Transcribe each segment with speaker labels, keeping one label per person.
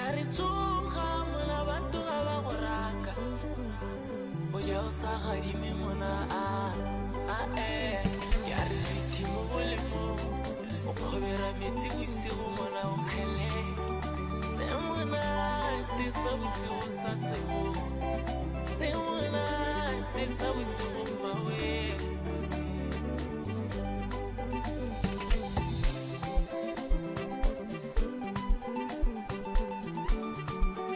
Speaker 1: ah, re tsoga mola batho ga ba go raka o ya o sa gadime mona a e. ae ya re dithi mo bolemo o kgobera metsi bosigo mona o kgele se monate sa bosigo sa sebo se monate sa bosigo mawe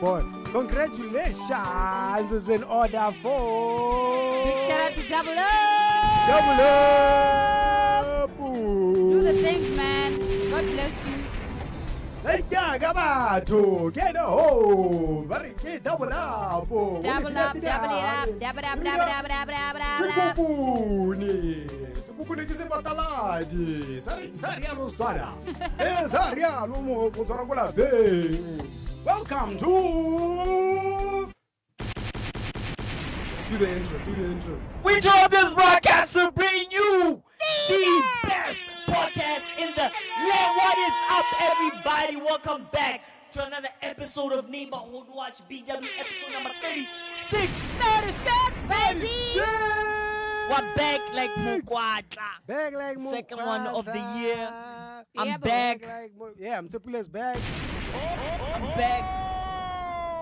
Speaker 2: boy. Congratulations is in order for
Speaker 3: Big shout out to Double O.
Speaker 2: double up.
Speaker 3: Do the things, man. God bless you.
Speaker 2: Let's go, batho get home. Very good, double up.
Speaker 3: Double up, double it up, double it up, double it up, double it up, double it up.
Speaker 2: Sekupune, sekupune ke sepataladi, sa re- sa rialo Setswana. Eh, sa rialo mo- mo Tswana ko lapeng. Welcome to. Do the intro, do the intro.
Speaker 4: We drove this broadcast to bring you the best podcast in the land. What is up, everybody? Welcome back to another episode of Neighborhood Watch BW, episode number 36.
Speaker 3: baby.
Speaker 4: We're back like Mukwatla.
Speaker 2: Back like
Speaker 4: Second one of the
Speaker 2: Mufasa.
Speaker 4: year. I'm
Speaker 3: Yeah, but-
Speaker 4: back.
Speaker 2: Like Mu- yeah, I'm Sepule's back.
Speaker 4: I'm back.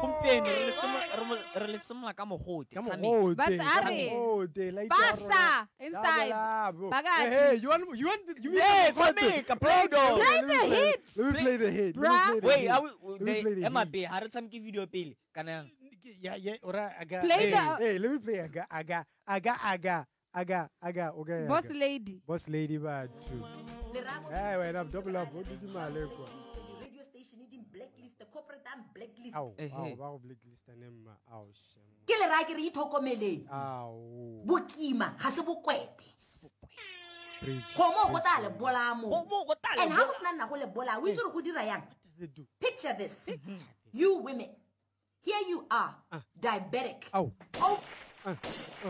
Speaker 4: Gompieno re le simo- re mo- re le simola ka mogote.
Speaker 2: Come on, oh,
Speaker 4: Tshameka.
Speaker 2: hold
Speaker 3: But
Speaker 2: it,
Speaker 3: are-
Speaker 2: come hold it, like
Speaker 3: Basa,
Speaker 2: that, right?
Speaker 3: inside.
Speaker 2: Double up.
Speaker 3: Bagati.
Speaker 2: Hey, hey, you want you want the- you mean
Speaker 4: Hey,
Speaker 2: the content?
Speaker 4: Tamika, play dog.
Speaker 3: Play
Speaker 2: Let
Speaker 3: the
Speaker 2: me play-
Speaker 3: hits.
Speaker 2: Let me play the hit. Let me play
Speaker 3: Bruh.
Speaker 2: the
Speaker 4: Wait,
Speaker 2: hit.
Speaker 4: are we,
Speaker 2: Let me play the
Speaker 4: they, Emma
Speaker 2: hit.
Speaker 4: Bay, ha re tshameke video pele kana yang?
Speaker 2: Yeah, yeah, or I- I got-
Speaker 3: Play
Speaker 2: hey,
Speaker 3: the-
Speaker 2: Hey, let me play aga aga aga aga aga aga okay.
Speaker 3: Boss
Speaker 2: aga.
Speaker 3: lady.
Speaker 2: Boss lady bad too. Hey, wait up, double up. What did you maleko?
Speaker 5: radio station e ding blacklist the corporate ang blacklist
Speaker 2: Ow,
Speaker 4: Eh,
Speaker 2: ow,
Speaker 4: hey.
Speaker 2: ba go blacklist anemma. Ow, shame.
Speaker 5: ke le raya ke re ithokomeleng
Speaker 2: Ow.
Speaker 5: bokima ga se bokwete
Speaker 2: Preach.
Speaker 5: kgomo go tla lebolaa
Speaker 4: Kgomo go tla
Speaker 5: and ga go
Speaker 4: lebola-
Speaker 5: sena nna go lebolaa o itse gore go dira yang
Speaker 2: What does it do?
Speaker 5: picture this you women here you are diabetic
Speaker 2: Ow.
Speaker 5: oh,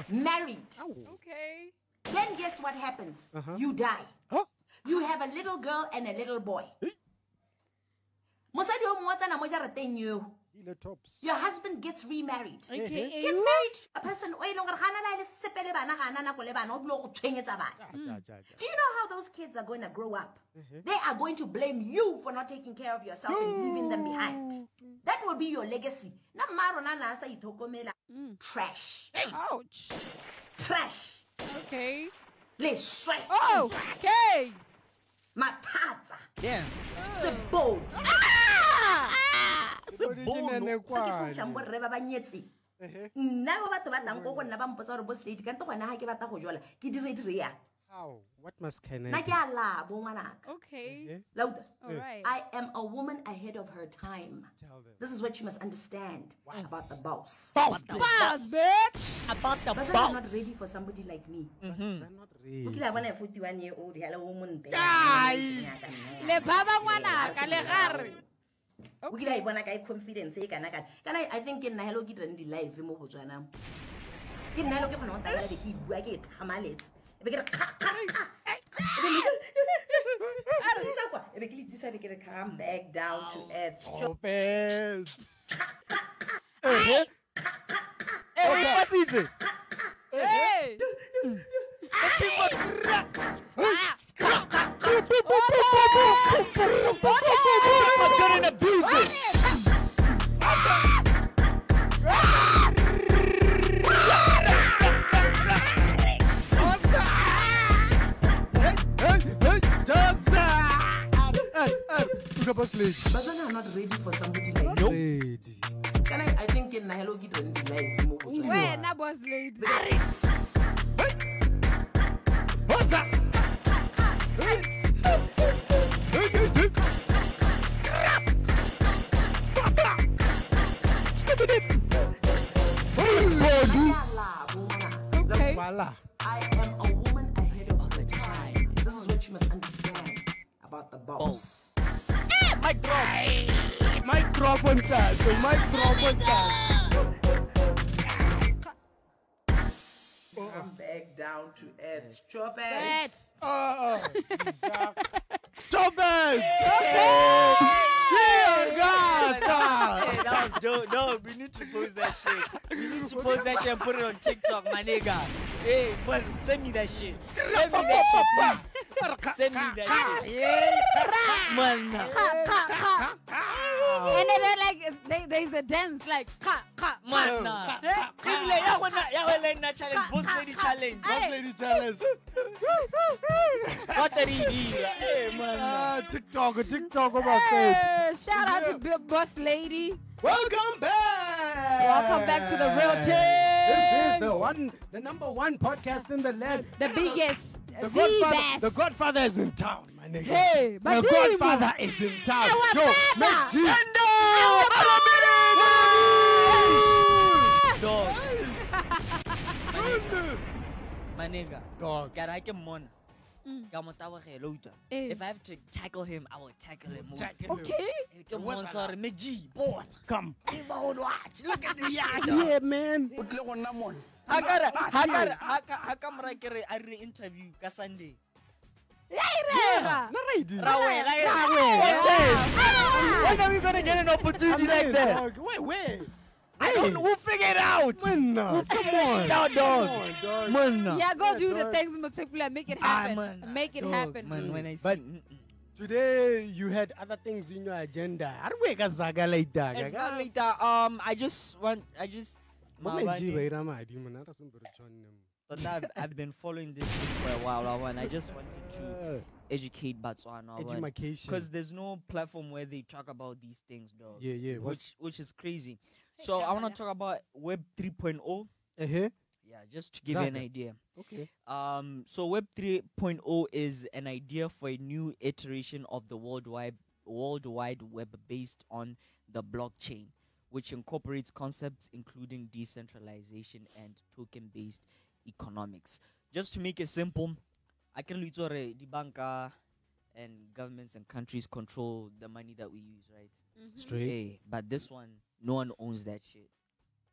Speaker 5: married
Speaker 3: Okay.
Speaker 5: then guess what happens you die
Speaker 2: Huh?
Speaker 5: you have a little girl and a little boy
Speaker 2: Hey.
Speaker 5: mosadi o mongwe o tsena mo jarateng eo
Speaker 2: Ile tops.
Speaker 5: your husband gets remarried
Speaker 3: AKA
Speaker 5: gets
Speaker 3: you.
Speaker 5: married to a person o e leng gore ga a na le a le sepe le bana ga a na nako le bana o bile go tshwenyetsa bana
Speaker 2: Ah, ja, ja, ja.
Speaker 5: do you know how those kids are going to grow up they are going to blame you for not taking care of yourself and leaving them behind that will be your legacy na mma rona na a sa ithokomela trash
Speaker 3: Ouch.
Speaker 5: trash
Speaker 3: Okay.
Speaker 5: leswe
Speaker 3: Oh, okay.
Speaker 5: mathatsa
Speaker 4: Damn.
Speaker 5: sebodi
Speaker 3: Ah!
Speaker 2: Sebodi ke
Speaker 4: Sebono.
Speaker 5: so ke
Speaker 2: nenekwane.
Speaker 5: tlotšang borre ba ba nyetseng
Speaker 2: Ehe.
Speaker 5: nna ba batho ba tlang ko go nna ba mpotsa gore bo sladi kante gona ga ke batla go jola ke dire dire yang
Speaker 2: How? What must can I
Speaker 5: nna
Speaker 2: do?
Speaker 5: ke a labo ngwanaka
Speaker 3: Okay.
Speaker 5: lauta
Speaker 3: All
Speaker 4: Mm.
Speaker 3: right.
Speaker 5: i am a woman ahead of her time
Speaker 2: Tell them.
Speaker 5: this is what you must understand about the boss
Speaker 4: Boss, boss,
Speaker 3: bitch.
Speaker 4: about the
Speaker 5: but you are not
Speaker 4: boss.
Speaker 5: ready
Speaker 4: Mm.
Speaker 5: for somebody like me
Speaker 2: They're not
Speaker 5: o
Speaker 2: real.
Speaker 5: kile a bona forty one year old hela o montle
Speaker 3: Le baba ngwanaka le gare.
Speaker 5: o kile a e bona ka e confidence e kanakana kana i think ke nna hela o ke dirang di-live mo botswanamo ke nna hela o ke kgona go tabela be ke bua ke e tlhamaletse e be ke re kgakgakga E isa kwa e be ke le tsisa be ke re come back down to earth
Speaker 2: Opens.
Speaker 4: Hey,
Speaker 2: What's it?
Speaker 3: Hey.
Speaker 4: good and abusive.
Speaker 3: Ah!
Speaker 2: Hey, hey, hey, just that. Hey, hey, look at us lady.
Speaker 5: batswana are not ready for somebody like me.
Speaker 2: Lady.
Speaker 5: kana i think ke nna hela o ke dirang di-live mo botswana
Speaker 3: Wena boss lady.
Speaker 2: What's that? Hey, hey, hey, hey. Scrap. Papa. Skibidi. Hey,
Speaker 5: Ke a labo ngwanaka.
Speaker 3: Okay.
Speaker 2: Mala.
Speaker 5: I am a woman ahead of her time. This is what you must understand about the boss.
Speaker 2: Microphone tato, microphone tato.
Speaker 5: Come back down to
Speaker 2: Eh.
Speaker 5: earth. Chop
Speaker 3: Bet.
Speaker 2: Oh, Stop it! Yeah, God!
Speaker 4: guys don't. No, we need to post that shit. We need to post that shit and put it on TikTok, my nigga. Hey, man, send me that shit. Send me that shit, please. Send me that shit. Yeah, man.
Speaker 3: And then they're like, they, there's a dance like, ka, ka,
Speaker 4: Man,
Speaker 3: Eh?
Speaker 4: Biblia, ya wena, ya wena challenge, boss lady challenge.
Speaker 3: Aye.
Speaker 2: lady challenge
Speaker 4: What the hell? Hey, man.
Speaker 2: Ah, tiktok tiktok mafethu
Speaker 3: Hey, shout out to Big Boss Lady.
Speaker 6: Welcome back.
Speaker 3: Welcome back to the real
Speaker 6: This is
Speaker 3: thing.
Speaker 6: the one, the number one podcast in the land.
Speaker 3: The biggest, the,
Speaker 2: the godfather
Speaker 3: best.
Speaker 2: the godfather is in town my nigga
Speaker 3: Hey,
Speaker 2: the
Speaker 3: Bajimo.
Speaker 2: godfather is in town
Speaker 3: Our
Speaker 2: yo
Speaker 3: father.
Speaker 2: make G.
Speaker 4: Dog. My nigga.
Speaker 2: Dog.
Speaker 4: Ka re ha ke mmona, ka mo tabogela, o utlwa?
Speaker 3: Eh.
Speaker 4: If I have to tackle him, I will tackle him. Eh,
Speaker 3: okay.
Speaker 4: Ke mmontsha hore, "Meji, bola."
Speaker 2: come
Speaker 4: Ke ba ho lwatse, Look at this shit. dog.
Speaker 2: yeah man
Speaker 4: Ha ka re- ha ka re- ha ka- ha ka mora ke re a re interview ka Sunday.
Speaker 3: Yeah.
Speaker 2: na ready
Speaker 4: Ra wela, eh.
Speaker 2: wela.
Speaker 3: Ah.
Speaker 4: When are we gonna get an opportunity like that?
Speaker 2: wait wait
Speaker 4: I don't. We'll figure it out.
Speaker 2: Mona, come on.
Speaker 4: Yeah, dog.
Speaker 2: Mona.
Speaker 3: Yeah, go do the things in particular. Make it happen.
Speaker 4: man.
Speaker 3: Make it
Speaker 2: Ah, Dog,
Speaker 3: happen.
Speaker 4: Man, when I
Speaker 2: But-
Speaker 4: see-
Speaker 2: Today you had other things in your agenda. Are we kazaga like that?
Speaker 4: It's not like that. Um, I just want. I just. Mabane. But I've, I've been following this shit for a while. I want. I just wanted to
Speaker 2: Uh,
Speaker 4: educate Botswana.
Speaker 2: Education.
Speaker 4: Because there's no platform where they talk about these things, dog.
Speaker 2: Yeah, yeah. What's
Speaker 4: Which which is crazy. So I want
Speaker 3: Kabala.
Speaker 4: to talk about Web 3.0.
Speaker 2: uh-huh.
Speaker 4: Yeah, just to give you an
Speaker 2: Zaga.
Speaker 4: idea.
Speaker 2: okay?
Speaker 4: Um, so Web 3.0 is an idea for a new iteration of the World Wide, World Wide Web based on the blockchain, which incorporates concepts including decentralization and token based economics. Just to make it simple, I can read the banka and governments and countries control the money that we use, right?
Speaker 2: Straight.
Speaker 4: Eh, but this one, no one owns that shit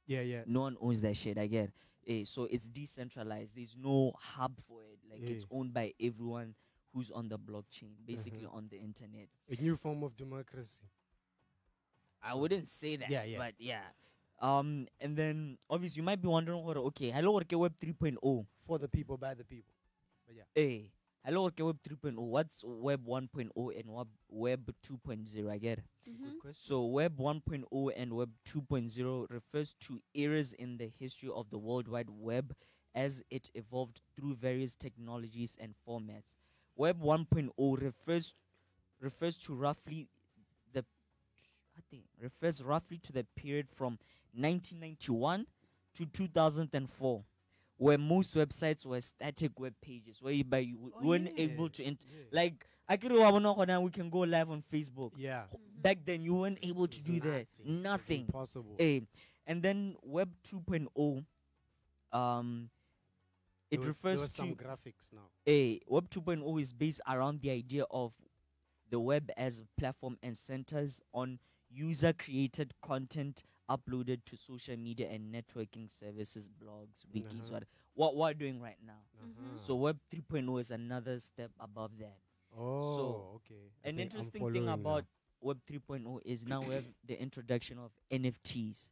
Speaker 2: Yeah, yeah.
Speaker 4: no one owns that shit again. Eh, so it's decentralized. There's no hub for it. Like it's
Speaker 2: Yeah. Mm-hmm.
Speaker 4: owned by everyone who's on the blockchain, basically on the internet.
Speaker 2: A new form of democracy.
Speaker 4: I wouldn't say that.
Speaker 2: Yeah, yeah.
Speaker 4: But yeah. Um, and then obviously you might be wondering, "Hore, okay, hello, okay, Web 3.0.
Speaker 2: For the people, by the people.
Speaker 4: Hey, Eh, hello, okay, Web 3.0. What's Web 1.0 and Web Web 2.0? I get. it.
Speaker 2: Good question.
Speaker 4: So Web 1.0 and Web 2.0 refers to eras in the history of the World Wide Web as it evolved through various technologies and formats. Web 1.0 refers refers to roughly the I think refers roughly to the period from 1991 to 2004 where most websites were static web pages where you, by, you w- weren't able to int- like I could we can go live on Facebook
Speaker 2: Yeah.
Speaker 4: back then you weren't able to do that nothing
Speaker 2: Possible.
Speaker 4: Eh, and then web 2.0 um it
Speaker 2: there were-
Speaker 4: refers
Speaker 2: there were
Speaker 4: to
Speaker 2: some graphics now.
Speaker 4: a web 2.0 is based around the idea of the web as a platform and centers on user created content uploaded to social media and networking services blogs wikis
Speaker 2: Uh-huh.
Speaker 4: what, what we're doing right now
Speaker 2: Uh-huh.
Speaker 4: so web 3.0 is another step above that
Speaker 2: oh,
Speaker 4: so,
Speaker 2: okay. I
Speaker 4: an
Speaker 2: think I'm
Speaker 4: interesting thing
Speaker 2: following now.
Speaker 4: about Web 3.0 is now we have the introduction of NFTs,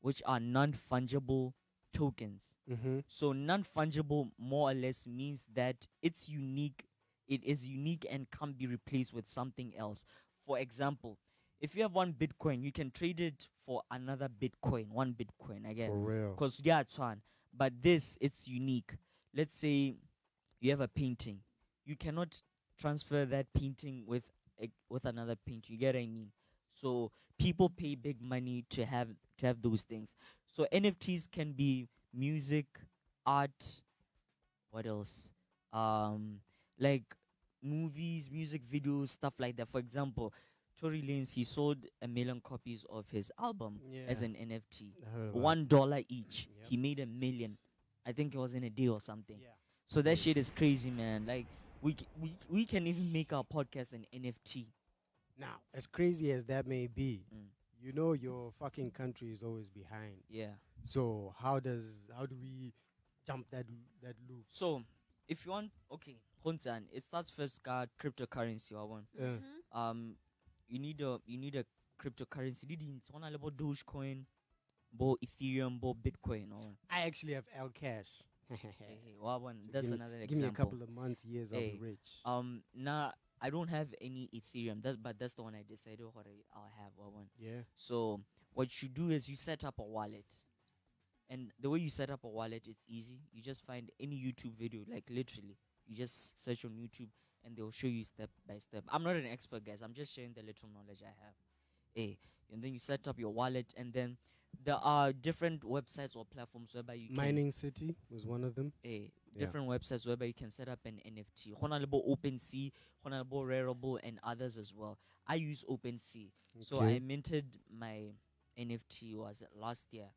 Speaker 4: which are non fungible tokens.
Speaker 2: Mhm.
Speaker 4: So, non fungible more or less means that it's unique, it is unique and can be replaced with something else. For example, if you have one Bitcoin, you can trade it for another Bitcoin, one Bitcoin again
Speaker 2: for real.
Speaker 4: because yeah, it's fun. But this, it's unique. Let's say you have a painting, you cannot transfer that painting with a, with another paint. You get what I mean? So people pay big money to have to have those things. So NFTs can be music, art, what else? Um, like movies, music videos, stuff like that. For example, Tory Lanez he sold a million copies of his album as
Speaker 2: Yeah.
Speaker 4: an NFT
Speaker 2: I heard about
Speaker 4: one dollar each.
Speaker 2: Yep.
Speaker 4: He made a million. I think it was in a day or something.
Speaker 2: Yeah.
Speaker 4: So that shit is crazy, man. Like we c- we we can even make our podcast an NFT.
Speaker 2: Now, as crazy as that may be,
Speaker 4: Mm.
Speaker 2: you know your fucking country is always behind.
Speaker 4: Yeah.
Speaker 2: So how does how do we jump that that loop?
Speaker 4: So if you want, okay, Honsan, it starts first. Got cryptocurrency. I want.
Speaker 2: Uh,
Speaker 4: Um, you need a you need a cryptocurrency di dintsi go na le bo dogecoin bo ethereum bo bitcoin or
Speaker 2: I actually have L cash.
Speaker 4: well, one,
Speaker 2: So
Speaker 4: that's
Speaker 2: give,
Speaker 4: another
Speaker 2: give
Speaker 4: example
Speaker 2: me a couple of months, years, I'll
Speaker 4: Hey,
Speaker 2: be rich.
Speaker 4: um now i don't have any ethereum that's but that's the one i decided already i'll have or one
Speaker 2: yeah.
Speaker 4: so what you do is you set up a wallet and the way you set up a wallet it's easy you just find any youtube video like literally you just search on youtube and they'll show you step by step i'm not an expert guys i'm just sharing the little knowledge i have eh and then you set up your wallet and then there are different websites or platforms whereby you can
Speaker 2: Mining City was one of them.
Speaker 4: eh,
Speaker 2: Yeah.
Speaker 4: different websites whereby you can set up an NFT. Honalebo OpenSea, Honalebo Rarible, and others as well. I use OpenSea. So
Speaker 2: Okay.
Speaker 4: I minted my NFT was it last year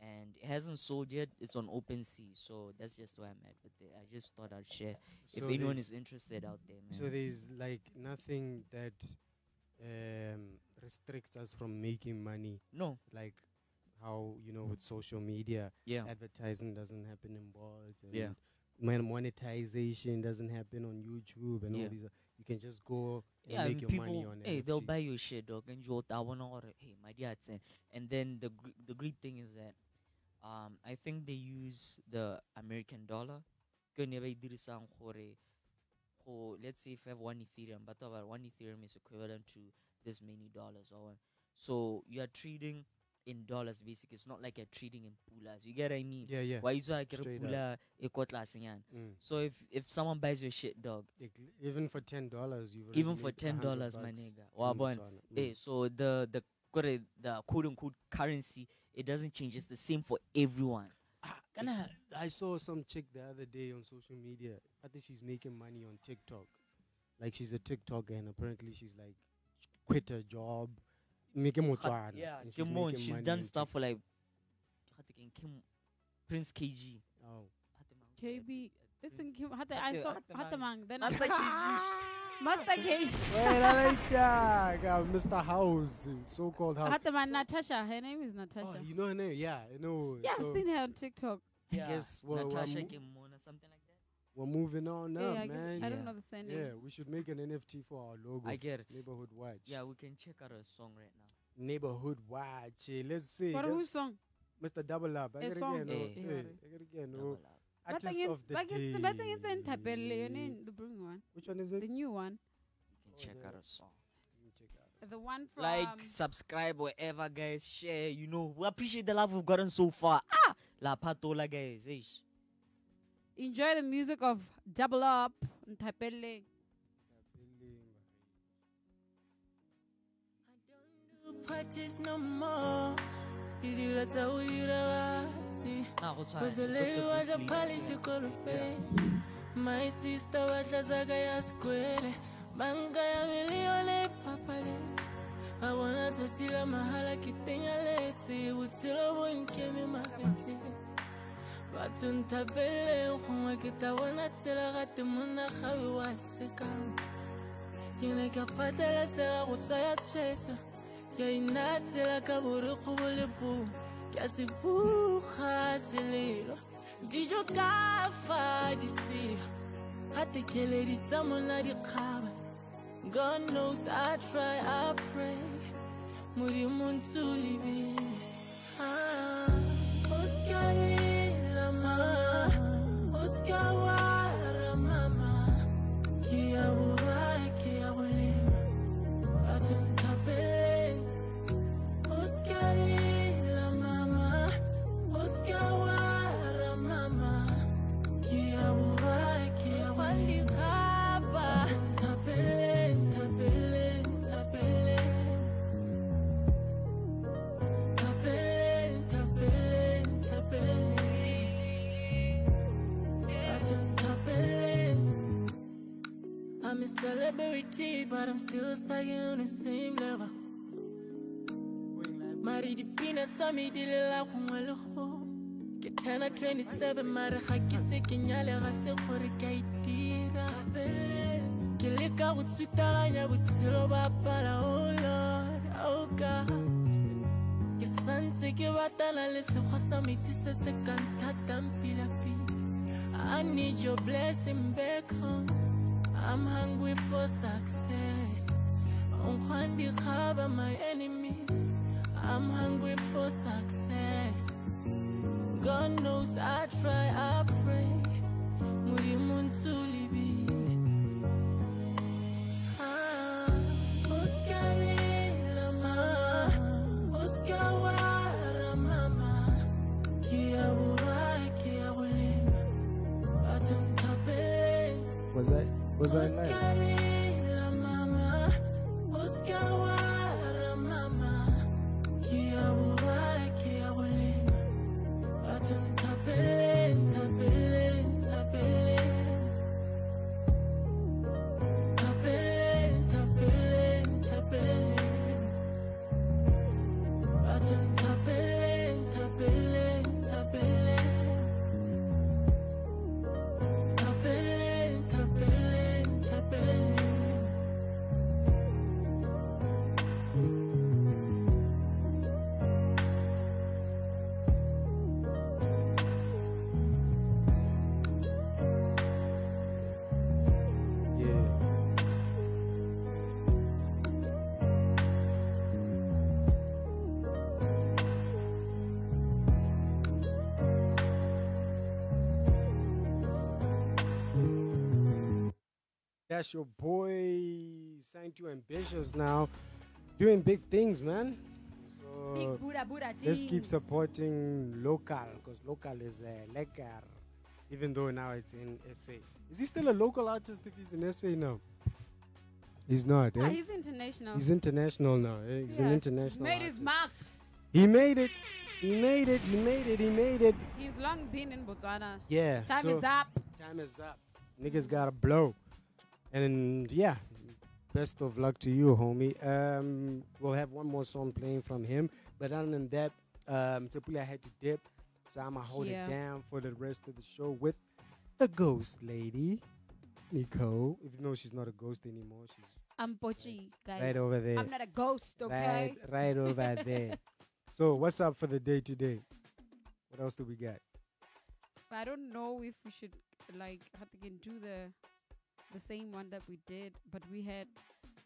Speaker 4: and it hasn't sold yet. It's on OpenSea. So that's just where I'm at with it. I just thought I'd share.
Speaker 2: So
Speaker 4: if anyone
Speaker 2: there's-
Speaker 4: is interested out there, man.
Speaker 2: So there's like nothing that um, restricts us from making money,
Speaker 4: no,
Speaker 2: like how you know with social media,
Speaker 4: Mm. yeah.
Speaker 2: advertising doesn't happen in bars. And
Speaker 4: Yeah.
Speaker 2: mon- monetization doesn't happen on YouTube and
Speaker 4: Yeah.
Speaker 2: all these. uh, You can just go and
Speaker 4: Yeah,
Speaker 2: make
Speaker 4: and
Speaker 2: your money
Speaker 4: people,
Speaker 2: on
Speaker 4: hey, they'll buy
Speaker 2: NFTs.
Speaker 4: you shit, dog, and you'll I wanna order, hey, my dear, it's in." and then the gr- the great thing is that, um, I think they use the American dollar. Ke ne ba e dirisang gore go- Let's say if I have one Ethereum, but about one Ethereum is equivalent to this many dollars or one. So you are trading in dollars, basically. It's not like you're trading in pulas. You get what I mean?
Speaker 2: Yeah, yeah.
Speaker 4: Why is that?
Speaker 2: Straight up.
Speaker 4: pula e kwa tlasenyana.
Speaker 2: Mm.
Speaker 4: So if if someone buys your shit, dog,
Speaker 2: Like, l- even for ten dollars, you
Speaker 4: even for ten dollars, my nigga. Wabon. Eh,
Speaker 2: Mm.
Speaker 4: so the the kore- the quote unquote currency it doesn't change. It's the same for everyone.
Speaker 2: Ah, Gonna, I saw some chick the other day on social media. I think she's making money on TikTok. Like she's a TikToker, and apparently she's like quit her job, making Motswana.
Speaker 4: yeah,
Speaker 2: and
Speaker 4: Kim Moon,
Speaker 2: making
Speaker 4: she's
Speaker 2: money
Speaker 4: done
Speaker 2: on
Speaker 4: stuff for like I think Kim- Prince KG.
Speaker 2: Tik- Oh,
Speaker 3: KB. Listen, Kim, Hata,
Speaker 4: Hata-
Speaker 3: I saw
Speaker 4: Hata
Speaker 3: Hatamang. Then
Speaker 4: Master KG.
Speaker 3: Master KG.
Speaker 2: Wait, I like that, guy, Mr. House, so-called House.
Speaker 3: Hataman, Natasha. Her name is Natasha.
Speaker 2: Oh, you know her name? Yeah, I know.
Speaker 3: yeah,
Speaker 2: so
Speaker 3: I've seen her on TikTok.
Speaker 2: I guess we're, we're,
Speaker 4: Natasha
Speaker 2: mo-
Speaker 4: Kim Moon or something like that.
Speaker 2: we're moving on now,
Speaker 3: yeah, I, guess-
Speaker 2: man.
Speaker 3: I don't
Speaker 4: Yeah.
Speaker 3: know the same
Speaker 2: yeah,
Speaker 3: name.
Speaker 2: we should make an NFT for our logo.
Speaker 4: I get it.
Speaker 2: Neighborhood Watch.
Speaker 4: Yeah, we can check out a song right now.
Speaker 2: Neighborhood Watch. eh, Let's see.
Speaker 3: But
Speaker 2: that-
Speaker 3: whose song?
Speaker 2: Mr. Double Up. I
Speaker 3: A
Speaker 2: get
Speaker 3: song.
Speaker 2: again. oh,
Speaker 4: Eh.
Speaker 2: eh, I get again. oh.
Speaker 4: Double up.
Speaker 3: But
Speaker 2: Artist
Speaker 3: again-
Speaker 2: of the
Speaker 3: but
Speaker 2: day.
Speaker 3: it's- but it's in Tapele, your name, the brewing one,
Speaker 2: Which one is
Speaker 3: the
Speaker 2: it?
Speaker 3: new one,
Speaker 4: You
Speaker 2: Oh,
Speaker 4: can check
Speaker 2: the-
Speaker 4: out a song.
Speaker 3: the one from.
Speaker 4: like, subscribe, wherever, guys. Share. You know, we appreciate the love we've gotten so far. Ah, la patola, guys. Eish.
Speaker 3: enjoy the music of Double Up, Tapele.
Speaker 1: Practice no more. You do that, so you do that.
Speaker 4: Nah, go try.
Speaker 1: Cause a
Speaker 4: Look
Speaker 1: lady
Speaker 4: at
Speaker 1: was
Speaker 4: this
Speaker 1: a
Speaker 4: lady.
Speaker 1: polish you couldn't pay. My sister was a zaga ya square. Banga ya milione papale. I wanna tatila mahala kitenya leti. Utilo wonke mi mahete. Batu ntabele nkumwe kita wana tila gati muna khawi wa sikamu. Kine ka patela sega go tsaya tshwetso Ke a inatsela ka borikgo bo le pong Ke a se puga selelo Dijo ka fa di seo Gate keledi tsa mona di kgaba God knows I try, I pray Modimo ntse o lebile Ah, o ska lela ma O ska wara mama Kia ora, kia ulima, atuntape. Oskalila mama, oskawara mama. Kia ora, kia walikaba. Tapele, tapele, tapele. Tapele, tapele, tapele. Atuntapele. I'm a celebrity, but I'm still stuck on the same level. Mari di peanuts a me di lela gongwe le go. Ke turn 27 mare ga ke se ke nyale ga se gore ka itira. Ke leka go tswitaganya botshelo ba pala, oh Lord, oh God. ke santse ke batana le sekgwa sa metsi se se ka nthatang pilapila i need your blessing back home i'm hungry for success Unkwandi cover my enemies. I'm hungry for success. God knows I try, I pray. Murimuntulibi. Ah, Oscar Lama, Oscar Wara Mama, Kia Wura, Kia Wulima, Batun Tapele,
Speaker 7: Was I was I nice?
Speaker 1: Oscalela mama, Oscar wara mama, kiyabuba kiyabulela, batho ntapele ntapele ntapele, ntapele ntapele ntapele, batho ntapele ntapele ntapele. Tapele, tapele, tapele.
Speaker 7: Yeah.
Speaker 2: That's your boy, signed to Ambitious now, doing big things, man. So
Speaker 3: Big Buddha Buddha
Speaker 2: let's keep
Speaker 3: things.
Speaker 2: supporting local because local is uh, lekker, even though now it's in SA. Is he still a local artist if he's in SA now? He's not,
Speaker 3: Ah,
Speaker 2: eh?
Speaker 3: he's international.
Speaker 2: He's international now. Eh? He's
Speaker 3: Yeah.
Speaker 2: an international.
Speaker 3: Made
Speaker 2: artist.
Speaker 3: his mark.
Speaker 2: He made it. He made it. He made it. He made it.
Speaker 3: He's long been in Botswana.
Speaker 2: Yeah.
Speaker 3: Time
Speaker 2: so-
Speaker 3: is up.
Speaker 2: Time is up. Niggas gotta blow. And yeah, best of luck to you, homie. Um, we'll have one more song playing from him. But other than that, um, Tapula had to dip. So I'ma hold
Speaker 3: Yeah.
Speaker 2: it down for the rest of the show with the ghost lady, Nicole. Even though she's not a ghost anymore, she's
Speaker 3: I'm Pochi, guys.
Speaker 2: right over there.
Speaker 3: I'm not a ghost, okay?
Speaker 2: Right, right over there. So what's up for the day today? What else do we got?
Speaker 3: I don't know if we should like I think we can do the the same one that we did, but we had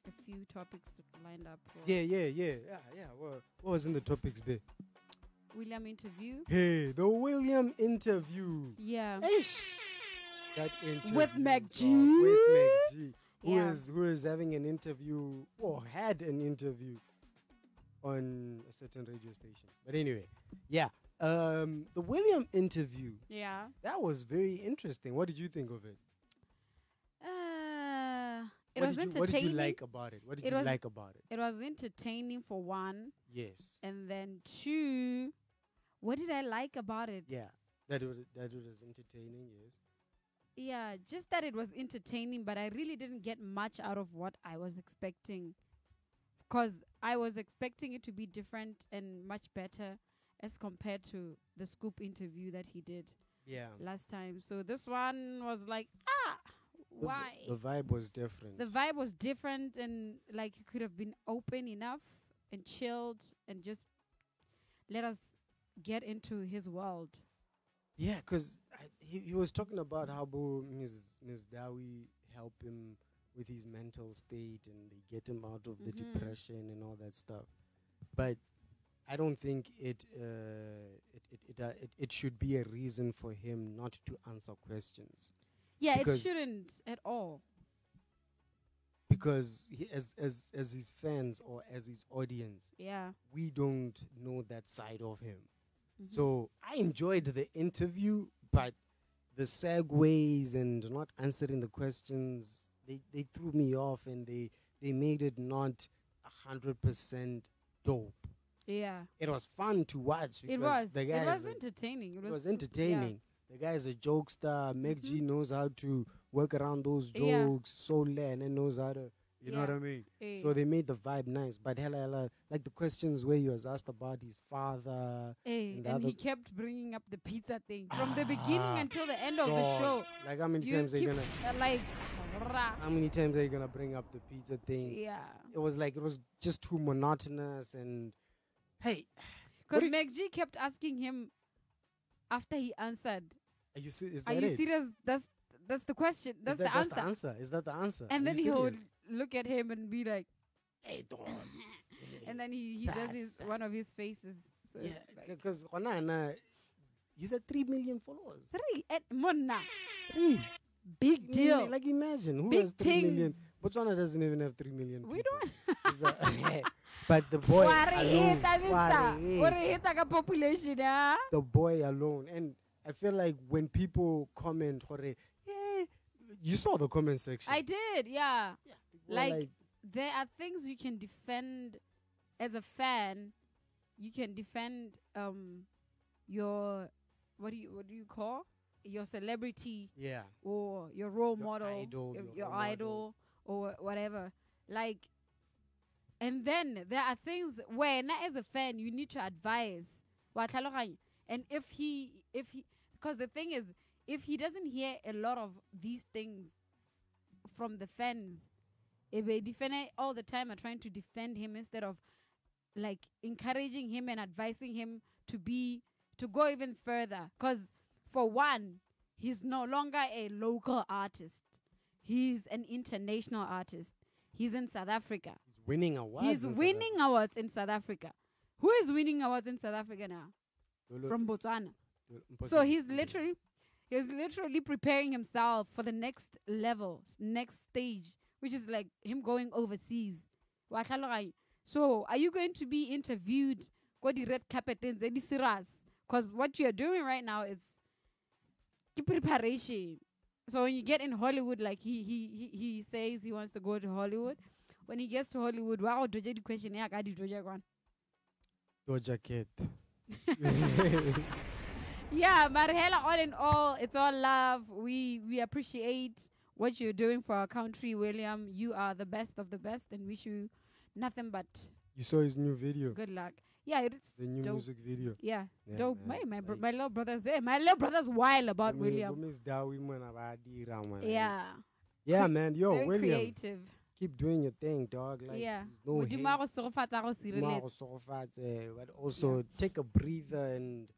Speaker 3: a few topics lined up for
Speaker 2: Yeah, yeah, yeah, yeah, yeah. What, what was in the topics there?
Speaker 3: William interview.
Speaker 2: Hey, the William interview.
Speaker 3: Yeah.
Speaker 2: Eish. That interview
Speaker 3: With Mac
Speaker 2: dog,
Speaker 3: G.
Speaker 2: With Mac G, who
Speaker 3: Yeah.
Speaker 2: is- who is having an interview or had an interview on a certain radio station. But anyway, yeah. Um, the William interview
Speaker 3: Yeah.
Speaker 2: that was very interesting. What did you think of it?
Speaker 3: Uh, it
Speaker 2: what
Speaker 3: was
Speaker 2: did you,
Speaker 3: entertaining.
Speaker 2: what did you like about it? What did
Speaker 3: It
Speaker 2: you
Speaker 3: was-
Speaker 2: like about it?
Speaker 3: It was entertaining for one,
Speaker 2: Yes.
Speaker 3: and then two. What did I like about it?
Speaker 2: Yeah. That was that was entertaining. Yes.
Speaker 3: Yeah, just that it was entertaining, but I really didn't get much out of what I was expecting. Because I was expecting it to be different and much better as compared to the scoop interview that he did
Speaker 2: Yeah.
Speaker 3: last time. So this one was like, ah,
Speaker 2: The v-
Speaker 3: why?
Speaker 2: The vibe was different.
Speaker 3: The vibe was different, and like you could have been open enough and chilled and just let us get into his world.
Speaker 2: Yeah, because he, he was talking about how Bo, Ms. Ms. Dawi help him with his mental state and they get him out of the depression and all that stuff. But I don't think it, uh, it, it, it, uh, it it should be a reason for him not to answer questions
Speaker 3: Yeah,
Speaker 2: Because-
Speaker 3: it shouldn't at all.
Speaker 2: because he, as, as, as his fans or as his audience,
Speaker 3: Yeah.
Speaker 2: we don't know that side of him.
Speaker 3: Mm-hmm.
Speaker 2: So I enjoyed the interview, but the segues and not answering the questions, they, they threw me off and they, they made it not 100% dope.
Speaker 3: Yeah.
Speaker 2: It was fun to watch because
Speaker 3: It was.
Speaker 2: the guy
Speaker 3: it was
Speaker 2: is a-
Speaker 3: entertaining. It
Speaker 2: it
Speaker 3: was,
Speaker 2: was
Speaker 3: su- yeah. Mm-hmm.
Speaker 2: entertaining. The guy is a jokester. Meg G knows how to work around those
Speaker 3: Yeah.
Speaker 2: jokes. So and then knows how to, you know what
Speaker 3: Yeah.
Speaker 2: I mean.
Speaker 3: Eh.
Speaker 2: So they made the vibe nice. But hella, hella, like the questions where he was asked about his father.
Speaker 3: Eh,
Speaker 2: and
Speaker 3: And,
Speaker 2: the other- Ah.
Speaker 3: he kept bringing up the pizza thing from the beginning until the end of the show.
Speaker 2: God, Like how many
Speaker 3: You
Speaker 2: times are you
Speaker 3: keep,
Speaker 2: gonna?
Speaker 3: uh, like, rah.
Speaker 2: How many times are you gonna bring up the pizza thing?
Speaker 3: yeah.
Speaker 2: It was like it was just too monotonous and. Hey, What
Speaker 3: Because
Speaker 2: is-
Speaker 3: Meg G kept asking him after he answered,
Speaker 2: are you see? Is
Speaker 3: "Are
Speaker 2: that
Speaker 3: you
Speaker 2: it?
Speaker 3: serious? That's that's the question.
Speaker 2: Is
Speaker 3: That's
Speaker 2: that,
Speaker 3: the
Speaker 2: that's
Speaker 3: answer."
Speaker 2: the answer. Is that the answer? Are
Speaker 3: And then
Speaker 2: you
Speaker 3: he would
Speaker 2: serious?
Speaker 3: look at him and be like,
Speaker 4: Hey, dog.
Speaker 3: and then he, he does his one of his faces. So
Speaker 2: Yeah,
Speaker 3: it's like,
Speaker 2: because Honana, he's at 3 million followers.
Speaker 3: three at Mona.
Speaker 2: Three.
Speaker 3: Big deal.
Speaker 2: Like, imagine who
Speaker 3: Big
Speaker 2: has 3 million?
Speaker 3: things.
Speaker 2: Botswana doesn't even have 3 million.
Speaker 3: We
Speaker 2: people.
Speaker 3: don't.
Speaker 2: It's a- but the boy.
Speaker 3: Wa re
Speaker 2: alone,
Speaker 3: heta,
Speaker 2: wa
Speaker 3: mister.
Speaker 2: re
Speaker 3: O
Speaker 2: heta.
Speaker 3: re heta ka population, ah.
Speaker 2: the boy alone. And I feel like when people comment, "Hore," yeah, you saw the comment section.
Speaker 3: I did, yeah.
Speaker 2: People were
Speaker 3: like, there are things you can defend as a fan. You can defend um your what do you what do you call your celebrity
Speaker 2: yeah,
Speaker 3: or your role
Speaker 2: Your
Speaker 3: model,
Speaker 2: idol,
Speaker 3: your,
Speaker 2: your
Speaker 3: your
Speaker 2: role model.
Speaker 3: idol or whatever. Like, and then there are things where, not as a fan, you need to advise. Wa tlhaloganya? And if he, if he, because the thing is, if he doesn't hear a lot of these things from the fans, if they defend all the time are trying to defend him instead of like encouraging him and advising him to be to go even further. Because for one, he's no longer a local artist. He's an international artist. He's in South Africa.
Speaker 2: he's winning awards.
Speaker 3: he's
Speaker 2: in South
Speaker 3: winning
Speaker 2: Africa.
Speaker 3: awards in South Africa. Who is winning awards in South Africa now?
Speaker 2: Lolo-
Speaker 3: From Botswana.
Speaker 2: Lolo-
Speaker 3: So
Speaker 2: Mposi-
Speaker 3: he's literally he's literally preparing himself for the next level, s- next stage, which is like him going overseas. Wa tlhaloganya? So are you going to be interviewed go the red carpet and Zedi Siras? Because what you're doing right now is ke preparation. So when you get in Hollywood, like he he he, he says he wants to go to Hollywood. When he gets to Hollywood, wow, Doja the question, yeah, I Doja one.
Speaker 2: Doja Cat.
Speaker 3: yeah but hella all in all it's all love we we appreciate what you're doing for our country william you are the best of the best and wish you nothing but
Speaker 2: You saw his new video,
Speaker 3: good luck yeah it's
Speaker 2: the new
Speaker 3: dope.
Speaker 2: music video.
Speaker 3: yeah,
Speaker 2: Yeah,
Speaker 3: dope
Speaker 2: man,
Speaker 3: my my, bro-
Speaker 2: like-
Speaker 3: my little brother's there my little brother's wild about
Speaker 2: Kumi-
Speaker 3: william
Speaker 2: Kumi's Dawi Mwana Badira, man.
Speaker 3: yeah
Speaker 2: Yeah, man. Yo,
Speaker 3: very
Speaker 2: William,
Speaker 3: creative
Speaker 2: keep doing your thing, dog. Like,
Speaker 3: yeah
Speaker 2: there's no hate.
Speaker 3: Modimo a go segofatsa, a go
Speaker 2: Tomorrow,
Speaker 3: sireletsa.
Speaker 2: so far, uh, but also take a breather and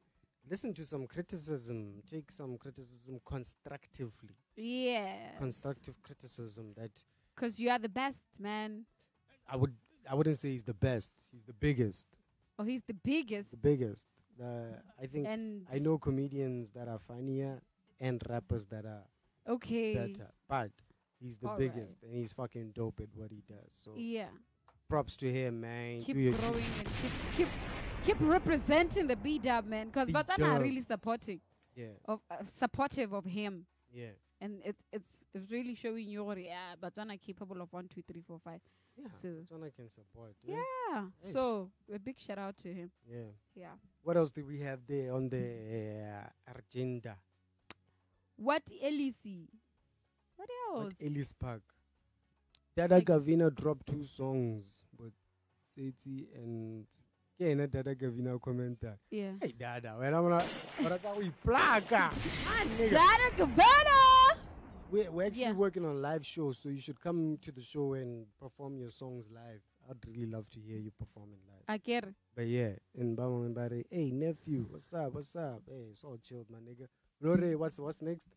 Speaker 2: listen to some criticism. Take some criticism constructively.
Speaker 3: yeah
Speaker 2: Constructive criticism that
Speaker 3: because you are the best man
Speaker 2: I would I wouldn't say he's the best. He's the biggest.
Speaker 3: oh he's the biggest
Speaker 2: The biggest. The, I think
Speaker 3: and
Speaker 2: I know comedians that are funnier and rappers that are
Speaker 3: okay
Speaker 2: better, but he's the
Speaker 3: All right.
Speaker 2: biggest and he's fucking dope at what he does. So
Speaker 3: yeah
Speaker 2: props to him, man. Do
Speaker 3: keep
Speaker 2: your
Speaker 3: growing
Speaker 2: shit.
Speaker 3: and keep keep keep representing the B Dub man because Botswana are
Speaker 2: B-Dub.
Speaker 3: really supporting
Speaker 2: Yeah,
Speaker 3: of uh, supportive of him,
Speaker 2: yeah.
Speaker 3: and it, it's it's really showing you already. Yeah, Botswana are capable of one, two, three, four, five.
Speaker 2: Yeah,
Speaker 3: So-
Speaker 2: that's one I can support. Yeah.
Speaker 3: Yeah,
Speaker 2: Nice.
Speaker 3: so a big shout out to him.
Speaker 2: yeah.
Speaker 3: Yeah.
Speaker 2: What else do we have there on the uh, agenda?
Speaker 3: What Elisi? What else?
Speaker 2: At Ellis Park. Dada
Speaker 3: Like-
Speaker 2: Gavina dropped two songs with Tsitsi and yeah, na Dada Gavina commenter.
Speaker 3: yeah.
Speaker 2: Hey Dada, where am I? What about we plaka?
Speaker 3: Dada Gavana.
Speaker 2: We're, we're actually
Speaker 3: Yeah.
Speaker 2: working on live shows, so you should come to the show and perform your songs live. I'd really love to hear you performing live.
Speaker 3: Akere.
Speaker 2: But yeah, and Bama and Barry, hey nephew, what's up? What's up? Hey, it's all chilled, my nigga. Lore, what's what's next?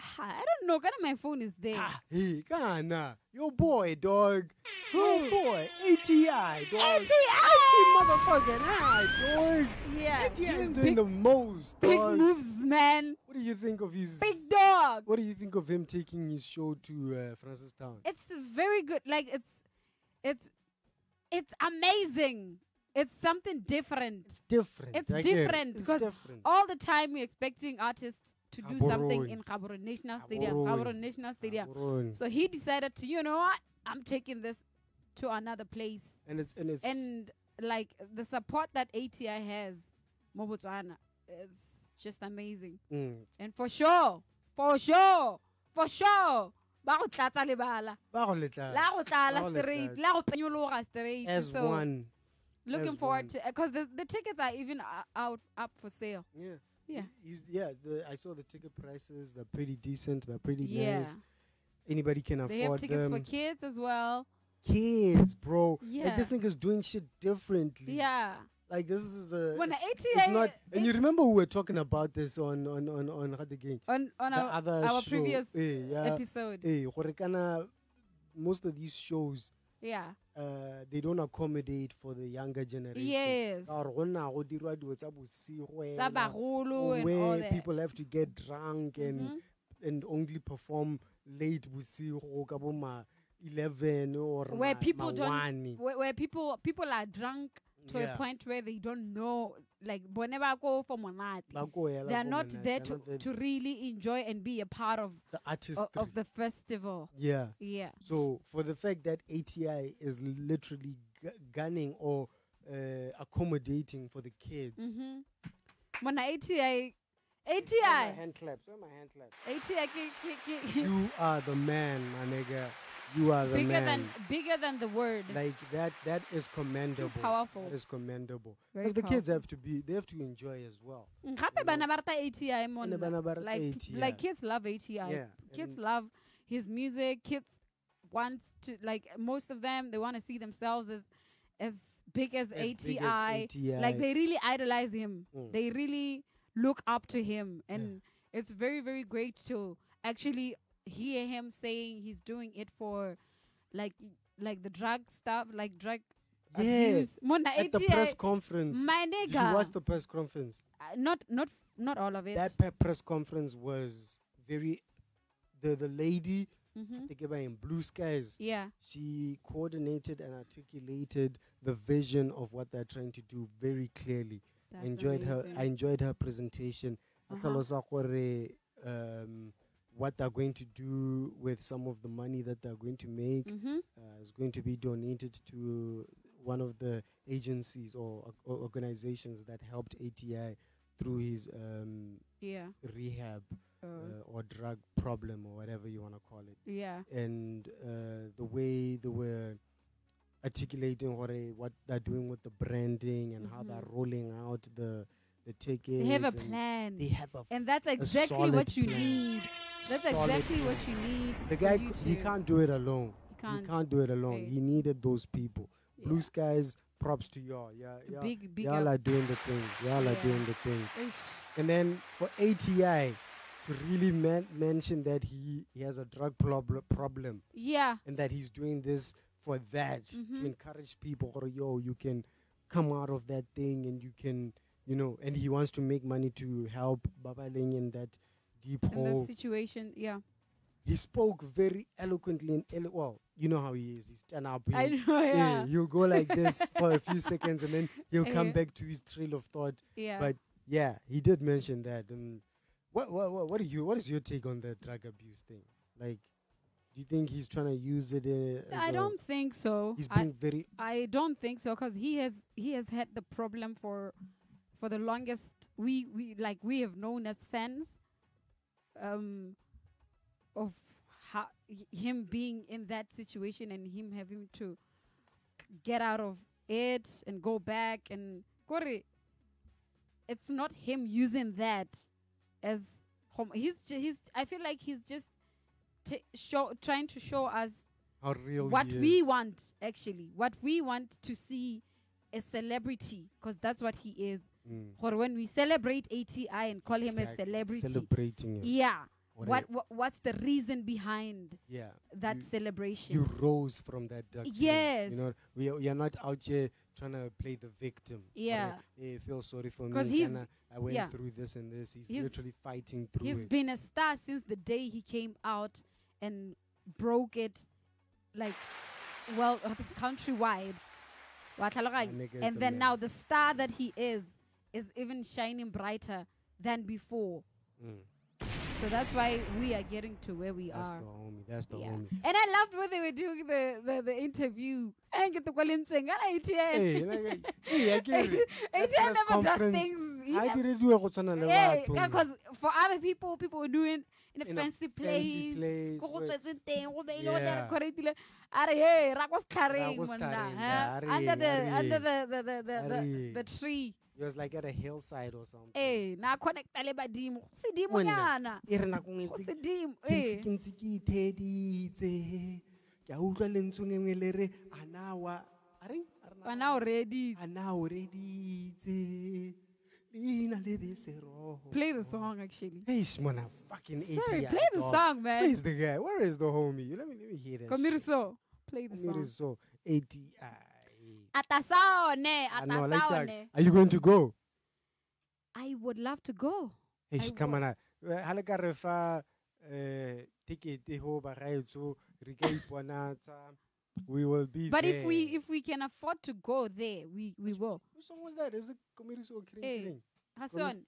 Speaker 3: Ah, I don't know. Kind of my phone is there.
Speaker 2: Ah, hey, Ghana, your boy, dog. Your boy, ATI, dog. ATI, motherfucking high, dog.
Speaker 3: yeah.
Speaker 2: ATI is doing
Speaker 3: doing
Speaker 2: the most,
Speaker 3: big, big
Speaker 2: dog.
Speaker 3: moves, man.
Speaker 2: What do you think of his?
Speaker 3: Big dog.
Speaker 2: What do you think of him taking his show to uh, Francistown?
Speaker 3: it's very good like it's it's it's amazing it's something different
Speaker 2: It's different.
Speaker 3: It's
Speaker 2: I get it.
Speaker 3: different
Speaker 2: It's
Speaker 3: because
Speaker 2: different.
Speaker 3: all the time we're expecting artists to do something
Speaker 2: Gaborone.
Speaker 3: in Kaboro National Stadium
Speaker 2: Gaborone.
Speaker 3: Kaboro National Stadium
Speaker 2: Gaborone.
Speaker 3: so he decided to you know what I'm taking this to another place
Speaker 2: and it's and it's
Speaker 3: and like the support that ATI has mo Botswana it's just amazing
Speaker 2: mm,
Speaker 3: and for sure for sure for sure ba go tlatsa lebala
Speaker 2: ba go letla-
Speaker 3: la go tlala
Speaker 2: ba go
Speaker 3: straight
Speaker 2: letla.
Speaker 3: la go penyologa straight
Speaker 2: as
Speaker 3: so
Speaker 2: one.
Speaker 3: looking
Speaker 2: as
Speaker 3: forward
Speaker 2: one.
Speaker 3: to because the, the tickets are even uh, out up for sale
Speaker 2: Yeah.
Speaker 3: Yeah.
Speaker 2: You, yeah. The, I saw the ticket prices. They're pretty decent. They're pretty
Speaker 3: yeah
Speaker 2: nice. Anybody can afford
Speaker 3: they have tickets
Speaker 2: them.
Speaker 3: for kids as well
Speaker 2: kids, bro.
Speaker 3: Yeah.
Speaker 2: Like this nigga's doing shit differently.
Speaker 3: yeah
Speaker 2: Like this is a.
Speaker 3: When eh,
Speaker 2: it's,
Speaker 3: the
Speaker 2: it's
Speaker 3: ATA
Speaker 2: not. And you
Speaker 3: is-
Speaker 2: remember we were talking about this on on on on Hard Again.
Speaker 3: on on
Speaker 2: the
Speaker 3: our,
Speaker 2: other
Speaker 3: our
Speaker 2: show.
Speaker 3: previous
Speaker 2: Eh, yeah.
Speaker 3: episode
Speaker 2: Eh, gore kana most of these shows
Speaker 3: yeah
Speaker 2: uh, they don't accommodate for the younger generation.
Speaker 3: Yes.
Speaker 2: Ka gore go nna go dirwa dilo tsa bosigo
Speaker 3: tsa
Speaker 2: hela,
Speaker 3: bagolo and all
Speaker 2: where
Speaker 3: that Mm-hmm.
Speaker 2: people have to get drunk and and only perform late bosigo ka bo ma 11 or
Speaker 3: where
Speaker 2: ma-
Speaker 3: people
Speaker 2: ma
Speaker 3: don't
Speaker 2: 1.
Speaker 3: where, where people people are drunk to
Speaker 2: Yeah.
Speaker 3: a point where they don't know like bone ba ko for monate
Speaker 2: Ba ko hela
Speaker 3: they're
Speaker 2: for
Speaker 3: not
Speaker 2: monate, oh,
Speaker 3: there
Speaker 2: they're
Speaker 3: to,
Speaker 2: not there-
Speaker 3: to really enjoy and be a part of
Speaker 2: the artistry.
Speaker 3: of, of the festival
Speaker 2: yeah.
Speaker 3: yeah
Speaker 2: So for the fact that ATI is literally gu- gunning or uh, accommodating for the kids.
Speaker 3: Mm-hmm. mona ati
Speaker 2: Where are my
Speaker 3: ati
Speaker 2: hand claps. Where are my hand claps?
Speaker 3: ati ke, ke, ke.
Speaker 2: You are the man, my nigga. You are the
Speaker 3: bigger
Speaker 2: man.
Speaker 3: than bigger than the word
Speaker 2: like that that is commendable
Speaker 3: powerful.
Speaker 2: that is commendable
Speaker 3: Very
Speaker 2: because the kids
Speaker 3: powerful.
Speaker 2: have to be they have to enjoy as well
Speaker 3: Mm, gape bana ba rata ati monna
Speaker 2: bana ba rata
Speaker 3: like,
Speaker 2: ATI.
Speaker 3: like kids love ati
Speaker 2: Yeah,
Speaker 3: kids
Speaker 2: and-
Speaker 3: love his music kids want to like most of them they want to see themselves as as big as,
Speaker 2: As big
Speaker 3: ATI.
Speaker 2: as ATI.
Speaker 3: like they really idolize him
Speaker 2: Mm.
Speaker 3: they really look up to him and it's very very great to actually hear him saying he's doing it for like like the drug stuff like drug abuse Mona
Speaker 2: at the
Speaker 3: ATI
Speaker 2: press conference
Speaker 3: my
Speaker 2: did
Speaker 3: nigga.
Speaker 2: you watch the press conference
Speaker 3: uh, not not f- not all of it
Speaker 2: that pe- press conference was very the the lady I think about in blue skies
Speaker 3: Mm-hmm. yeah
Speaker 2: she coordinated and articulated the vision of what they're trying to do very clearly
Speaker 3: That's
Speaker 2: I enjoyed her i
Speaker 3: amazing.
Speaker 2: enjoyed her presentation I
Speaker 3: Uh-huh.
Speaker 2: hlalosa gore, um, what they're going to do with some of the money that they're going to make
Speaker 3: mm-hmm.
Speaker 2: uh, is going to be donated to one of the agencies or, or- or organizations that helped ATI through his um,
Speaker 3: yeah
Speaker 2: rehab
Speaker 3: uh,
Speaker 2: uh, or drug problem or whatever you want to call it.
Speaker 3: yeah
Speaker 2: And uh, the way they were articulating what, what they're doing with the branding and how they're rolling out the the tickets.
Speaker 3: Mm-hmm. they have a
Speaker 2: and
Speaker 3: plan
Speaker 2: They have a.
Speaker 3: and that's exactly what
Speaker 2: solid
Speaker 3: you
Speaker 2: plan.
Speaker 3: need that's
Speaker 2: Solid
Speaker 3: exactly what you need
Speaker 2: the
Speaker 3: for
Speaker 2: guy
Speaker 3: you
Speaker 2: c- he
Speaker 3: to-
Speaker 2: can't do it alone.
Speaker 3: He can't.
Speaker 2: He can't do it alone.
Speaker 3: Okay.
Speaker 2: He needed those people.
Speaker 3: Yeah.
Speaker 2: Blue skies. Props to y'all. Yeah,
Speaker 3: A
Speaker 2: yeah.
Speaker 3: big- big
Speaker 2: y'all
Speaker 3: up.
Speaker 2: are doing the things. Y'all
Speaker 3: Yeah.
Speaker 2: are doing the things.
Speaker 3: Eish.
Speaker 2: And then for ATI to really men- mention that he, he has a drug prob- problem
Speaker 3: yeah
Speaker 2: and that he's doing this for that
Speaker 3: Mm-hmm.
Speaker 2: to encourage people or yo you can come out of that thing and you can you know and he wants to make money to help babaling in that deep
Speaker 3: in that
Speaker 2: hole
Speaker 3: situation yeah
Speaker 2: he spoke very eloquently and elo- well you know how he is he stand up
Speaker 3: I
Speaker 2: he'll- eh,
Speaker 3: know, yeah.
Speaker 2: he'll go like this for a few seconds and then he'll come
Speaker 3: Yeah.
Speaker 2: back to his trail of thought
Speaker 3: yeah
Speaker 2: but yeah, he did mention that. And what what what what, do you, what is your take on the drug abuse thing? Like, do you think he's trying to use it? In, as
Speaker 3: i
Speaker 2: a-
Speaker 3: don't think so
Speaker 2: He's
Speaker 3: I,
Speaker 2: being very
Speaker 3: I don't think so because he has he has had the problem for for the longest we we like we have known as fans um of how him being in that situation and him having to get out of it and go back and Kore, it's not him using that as home. He's ju- he's I feel like he's just t- show trying to show us
Speaker 2: how real.
Speaker 3: what
Speaker 2: he
Speaker 3: we
Speaker 2: is.
Speaker 3: want actually what we want to see a celebrity because that's what he is
Speaker 2: Mm.
Speaker 3: or when we celebrate ati and call him
Speaker 2: Exactly.
Speaker 3: a celebrity
Speaker 2: celebrating it.
Speaker 3: yeah
Speaker 2: What
Speaker 3: what,
Speaker 2: I-
Speaker 3: what what's the reason behind
Speaker 2: yeah,
Speaker 3: that
Speaker 2: You,
Speaker 3: celebration
Speaker 2: you rose from that dark. place,
Speaker 3: Yes.
Speaker 2: you know we are, we are not out here trying to play the victim. or,
Speaker 3: Yeah.
Speaker 2: eh, feel sorry for me.
Speaker 3: 'Cause he's-
Speaker 2: kinda, I went
Speaker 3: yeah.
Speaker 2: through this and this. He's,
Speaker 3: He's-
Speaker 2: literally fighting through
Speaker 3: He's
Speaker 2: it.
Speaker 3: been a star since the day he came out and broke it like well uh, countrywide Wa tlhaloganya?
Speaker 2: My nigga is
Speaker 3: and
Speaker 2: the
Speaker 3: then
Speaker 2: man.
Speaker 3: now the star that he is is even shining brighter than before
Speaker 2: Mm.
Speaker 3: so that's why we are getting to where we
Speaker 2: That's
Speaker 3: are
Speaker 2: the homie. That's the
Speaker 3: yeah.
Speaker 2: homie.
Speaker 3: and i loved when they were doing the the, the interview i E get the kwalentseng ana
Speaker 2: Hey,
Speaker 3: ATN.
Speaker 2: like, hey, I get it. That
Speaker 3: ATN
Speaker 2: press
Speaker 3: never does
Speaker 2: conference,
Speaker 3: things he
Speaker 2: I
Speaker 3: never-
Speaker 2: didn't do a tshwana le
Speaker 3: Hey,
Speaker 2: batho,
Speaker 3: because for other people, people were doing in a
Speaker 2: In a fancy
Speaker 3: fancy place.
Speaker 2: place
Speaker 3: go go
Speaker 2: where-
Speaker 3: tswetswe teng, go beile go
Speaker 2: Yeah.
Speaker 3: decorate-ile. A re, "Hey, ra ko setlhareng,
Speaker 2: Ra ko
Speaker 3: monna,
Speaker 2: setlhareng,
Speaker 3: ha?
Speaker 2: a re eng,
Speaker 3: Under
Speaker 2: a
Speaker 3: the-
Speaker 2: re
Speaker 3: under
Speaker 2: eng,
Speaker 3: the- the- the- the-
Speaker 2: a
Speaker 3: the-
Speaker 2: re
Speaker 3: the
Speaker 2: eng."
Speaker 3: tree.
Speaker 2: it was like at a hillside or something
Speaker 3: Eh, na connect-a le badimo. Go sedimonyana,
Speaker 2: Monna, e re nakong e
Speaker 3: go
Speaker 2: ntse-
Speaker 3: sedimo,
Speaker 2: ke ntse-
Speaker 3: eh.
Speaker 2: ke ntse ke itheditse ke a utlwa lentsong e nngwe le re anawa a reng? A re na-
Speaker 3: Bana o ready.
Speaker 2: ana o reditse leina le be serogo
Speaker 3: Play the song, actually.
Speaker 2: Eish, mona, fucking
Speaker 3: Sorry,
Speaker 2: ATI,
Speaker 3: play the
Speaker 2: dog.
Speaker 3: song, man.
Speaker 2: Where's the guy? Where is the homie? Let me, let me hear that. shit.
Speaker 3: Komiriso, play the
Speaker 1: It
Speaker 3: song.
Speaker 1: is so 80. ah,
Speaker 3: Atasaone,
Speaker 1: I know, I like that.
Speaker 3: atasaone.
Speaker 1: Are you going to go?
Speaker 3: I would love to go.
Speaker 1: Hey,
Speaker 3: I
Speaker 1: sh- come on. Eh, Ha le ka re fa eh, ticket ho bagaetso re ka iponatsa. We will be
Speaker 3: But
Speaker 1: there.
Speaker 3: if we if we can afford to go there, we we will.
Speaker 1: Which song was that? Is it Komiri so
Speaker 3: Hey.
Speaker 1: crazy?
Speaker 3: Hasan,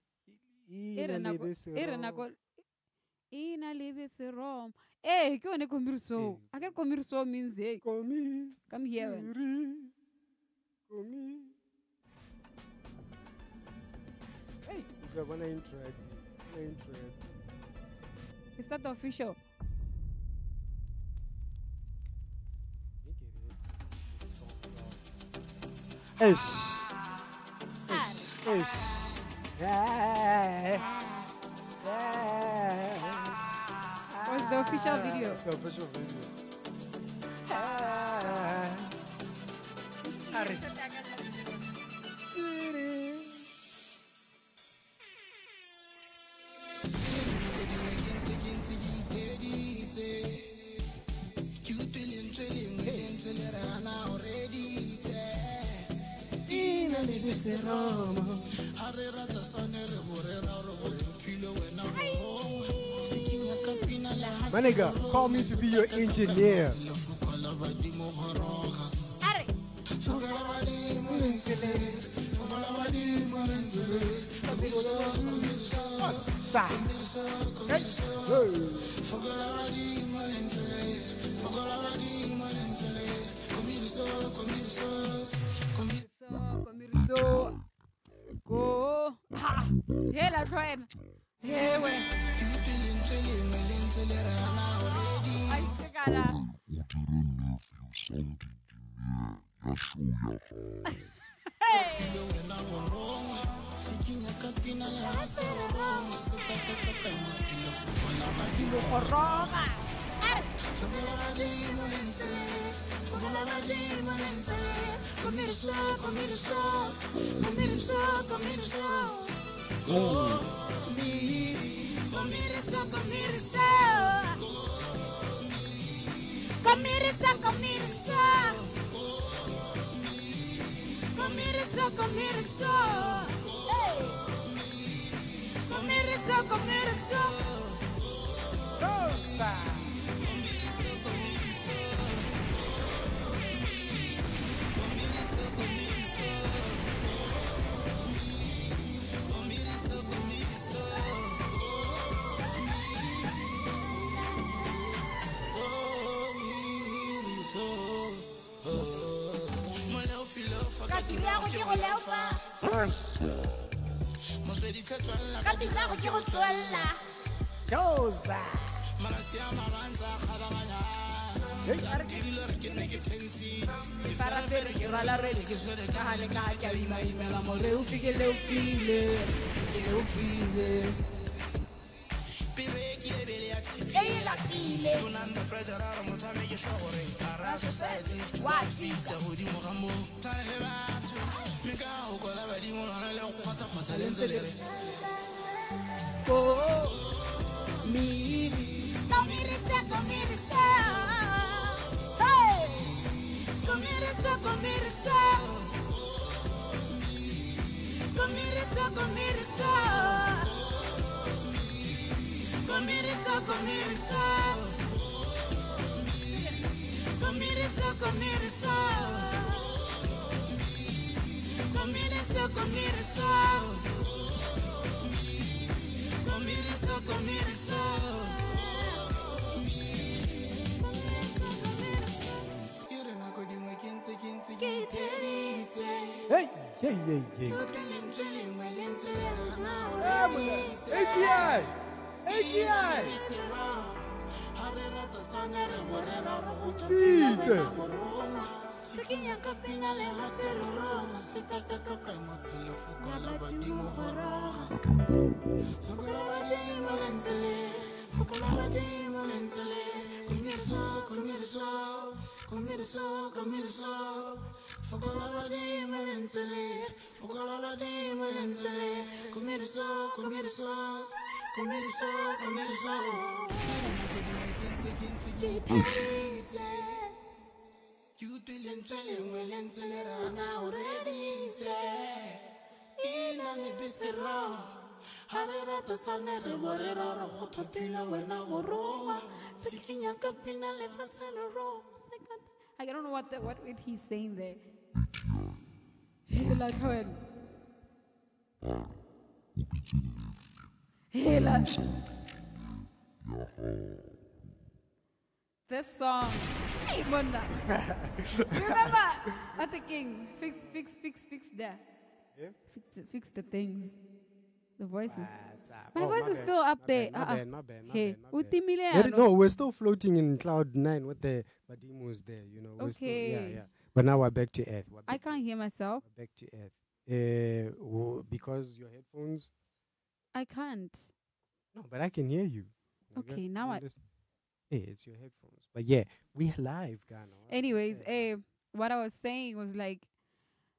Speaker 3: ere Eh. E nako ere nako ina lebe serom. Hey, ke one komiriso.
Speaker 1: Ee.
Speaker 3: Akere komiriso means hey,
Speaker 1: Komiri.
Speaker 3: come here. wena.
Speaker 1: Komiri. Hey, we got one intro. I think. One intro. I think.
Speaker 3: Is that the official?
Speaker 1: Ish. Ish. Ish. Yeah. Yeah.
Speaker 3: What's the official video?
Speaker 1: It's the official video. Ah. Harry. My nigga, call me to be your engineer. Sa. Hey. Hey.
Speaker 3: So komiriso. Go. Ha. Hey, la twen. Hey, we. I check out.
Speaker 1: Hey, hey, hey, hey. Yeah, man. ATI. ATI. Beat. ke utlwe lentswe lengwe lentswe le rana o reditse ina lebesero ga re rata sane re bo re rara go thopilwe wena go roma sekinya ka pina lefase le roma
Speaker 3: I don't know what the, what it he's saying there. Hela Joel. Hela. This song. Hey, Mona. You Remember at the king. Fix, fix, fix, fix there. Fix, the- fix the things. The voices. My
Speaker 2: Oh,
Speaker 3: voice
Speaker 2: my
Speaker 3: is
Speaker 2: bad,
Speaker 3: still up
Speaker 2: my
Speaker 3: there.
Speaker 2: bad, my
Speaker 3: Uh-uh.
Speaker 2: bad, my bad, my
Speaker 3: Hey,
Speaker 2: bad, my bad.
Speaker 3: utimile
Speaker 2: Let it-
Speaker 3: yalo.
Speaker 2: no, we're still floating in cloud nine with the Badimu is there, you know. We're still, yeah,
Speaker 3: Okay.
Speaker 2: yeah. But now we're back to earth. We're
Speaker 3: I
Speaker 2: back,
Speaker 3: can't hear myself.
Speaker 2: we're back to earth. Uh, w- because your headphones.
Speaker 3: I can't.
Speaker 2: No, but I can hear you. Nigga,
Speaker 3: Okay, now
Speaker 2: you
Speaker 3: I-
Speaker 2: just- Hey, it's your headphones. But yeah, we live, Ghana. What is
Speaker 3: Anyways,
Speaker 2: that?
Speaker 3: eh, what I was saying was like,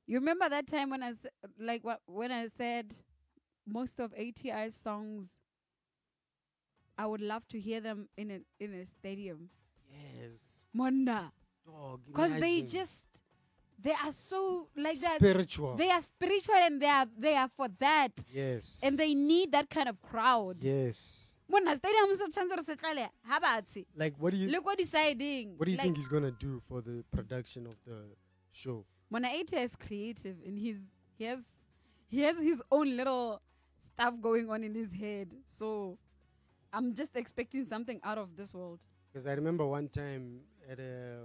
Speaker 3: you remember that time when I s- like what when I said most of ATI's songs, I would love to hear them in a in a stadium,
Speaker 2: Yes,
Speaker 3: Mona,
Speaker 2: dog.
Speaker 3: because they
Speaker 2: imagine.
Speaker 3: just they are so like that.
Speaker 2: spiritual.
Speaker 3: They are spiritual and they are they are for that,
Speaker 2: yes.
Speaker 3: and they need that kind of crowd.
Speaker 2: yes.
Speaker 3: Mona stadium sometimes se tlale ha batsi.
Speaker 2: Like, what do you
Speaker 3: Look what deciding.
Speaker 2: what do you
Speaker 3: like,
Speaker 2: think he's gonna do for the production of the show?
Speaker 3: Mona Ata is creative and he's he has he has his own little stuff going on in his head. So I'm just expecting something out of this world.
Speaker 2: Because I remember one time at a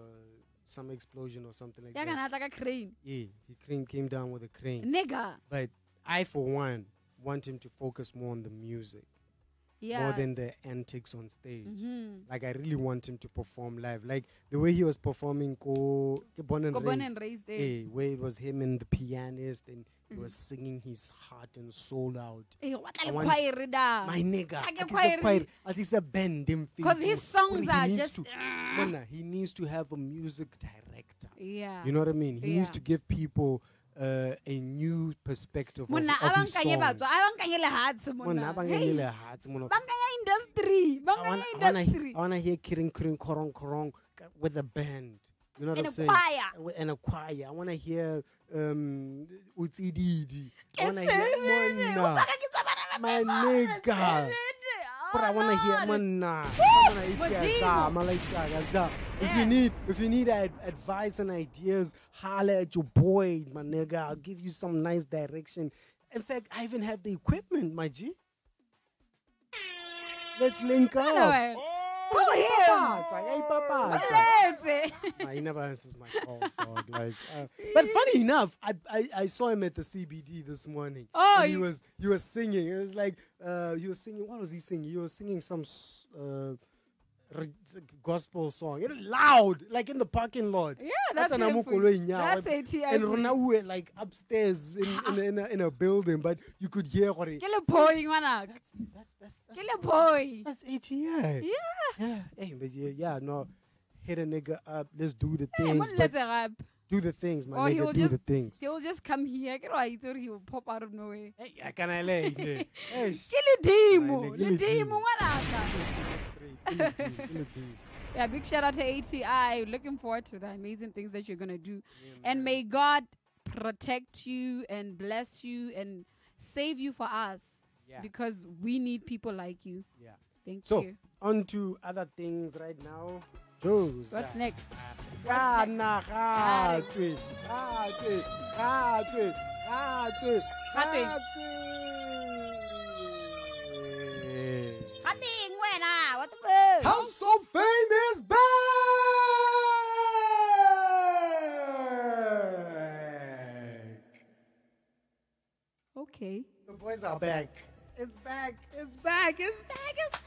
Speaker 2: some explosion or something like
Speaker 3: Yeah,
Speaker 2: that.
Speaker 3: can act like a crane.
Speaker 2: Yeah, he came, came down with a crane.
Speaker 3: Nigga.
Speaker 2: But I, for one, want him to focus more on the music
Speaker 3: Yeah.
Speaker 2: more than the antics on stage.
Speaker 3: Mm-hmm.
Speaker 2: Like I really want him to perform live, like the way he was performing "Go Ke Born and
Speaker 3: Go Born
Speaker 2: Raised,"
Speaker 3: and Raised, eh. Mm-hmm.
Speaker 2: eh, where it was him and the pianist, and he was singing his heart and soul out.
Speaker 3: Eh, what
Speaker 2: I
Speaker 3: like
Speaker 2: want-
Speaker 3: choir da.
Speaker 2: my nigga.
Speaker 3: Like
Speaker 2: At least,
Speaker 3: a choir.
Speaker 2: the choir, at least the band him
Speaker 3: 'Cause
Speaker 2: feel
Speaker 3: his
Speaker 2: for-
Speaker 3: songs
Speaker 2: for he
Speaker 3: are
Speaker 2: needs
Speaker 3: just- ah.
Speaker 2: to, Mona, he needs to have a music director.
Speaker 3: Yeah.
Speaker 2: You know what I mean? He needs
Speaker 3: Yeah.
Speaker 2: to give people uh, a new perspective of,
Speaker 3: Mona
Speaker 2: of his
Speaker 3: abankanye
Speaker 2: songs.
Speaker 3: batho, abankanye le hearts
Speaker 2: Mona,
Speaker 3: mona.
Speaker 2: abanganyele
Speaker 3: Hey,
Speaker 2: hearts, Mona.
Speaker 3: Bankanya
Speaker 2: I
Speaker 3: industry.
Speaker 2: wanna- I
Speaker 3: Bankanya
Speaker 2: wanna he-
Speaker 3: industry.
Speaker 2: I want to hear Kirin Kirin Korong Korong k- with a band. You know what
Speaker 3: And
Speaker 2: I'm
Speaker 3: a
Speaker 2: saying?
Speaker 3: choir.
Speaker 2: And with- And a choir. I want to hear um, Utsididi. I want to
Speaker 3: eh, Ketsere,
Speaker 2: hear
Speaker 3: o
Speaker 2: Mona.
Speaker 3: tsaka ke tswa
Speaker 2: My
Speaker 3: bana ba ba ba
Speaker 2: nigga.
Speaker 3: ketsere.
Speaker 2: But I
Speaker 3: Oh,
Speaker 2: want to hear
Speaker 3: Lord.
Speaker 2: Manna.
Speaker 3: Modimo.
Speaker 2: If you
Speaker 3: Yeah.
Speaker 2: need, if you need ad- advice and ideas, holler at your boy, my nigga. I'll give you some nice direction. In fact, I even have the equipment, my G. Let's link up.
Speaker 3: Anyway,
Speaker 2: oh,
Speaker 3: Pull him.
Speaker 2: Papatsa, yay, papatsa.
Speaker 3: Let's.
Speaker 2: Nah, he never answers my calls, dog. Like, uh, but funny enough, I, I I saw him at the CBD this morning.
Speaker 3: Oh,
Speaker 2: and he
Speaker 3: you-
Speaker 2: was he was singing. It was like uh, he was singing. What was he singing? He was singing some s- uh, re- gospel song. It was loud, like in the parking lot.
Speaker 3: Yeah, that's
Speaker 2: an
Speaker 3: him
Speaker 2: amukulo
Speaker 3: for you.
Speaker 2: inyawo.
Speaker 3: That's ATI
Speaker 2: And
Speaker 3: for you.
Speaker 2: Rona we were like upstairs in in, a, in, a, in a building, but you could hear what
Speaker 3: Kill a boy, ngwanaka.
Speaker 2: That's that's that's that's,
Speaker 3: Kill a boy.
Speaker 2: that's ATI. Yeah. Yeah. Hey, but yeah, yeah, no. Hit a nigga up. Let's do the
Speaker 3: Hey,
Speaker 2: things.
Speaker 3: mon
Speaker 2: but-
Speaker 3: letse gape.
Speaker 2: do the things, my
Speaker 3: Or
Speaker 2: nigga.
Speaker 3: he'll
Speaker 2: do
Speaker 3: just
Speaker 2: the things.
Speaker 3: he'll just come here. Ke re wa itse gore he will pop out of nowhere.
Speaker 2: Hey, I can I lay there. Hey, sh-
Speaker 3: Ke ledimo,
Speaker 2: Mine, ke
Speaker 3: ledimo
Speaker 2: ledimo.
Speaker 3: ngwanaka.
Speaker 2: straight, kill it, dude, kill it, dude.
Speaker 3: Yeah, big shout out to ATI. Looking forward to the amazing things that you're gonna do. And may God protect you and bless you and save you for us.
Speaker 2: Yeah.
Speaker 3: Because we need people like you.
Speaker 2: Yeah.
Speaker 3: Thank
Speaker 2: So
Speaker 3: you.
Speaker 2: on to other things right now. Those.
Speaker 3: What's next?
Speaker 2: Ghana, Gatwe, Gatwe, Gatwe, Gatwe,
Speaker 3: Gatwe.
Speaker 2: Gatwe.
Speaker 3: Gating wena, what the
Speaker 6: House of Fame is back!
Speaker 3: Okay.
Speaker 2: The boys are back. It's back. It's back. It's back. It's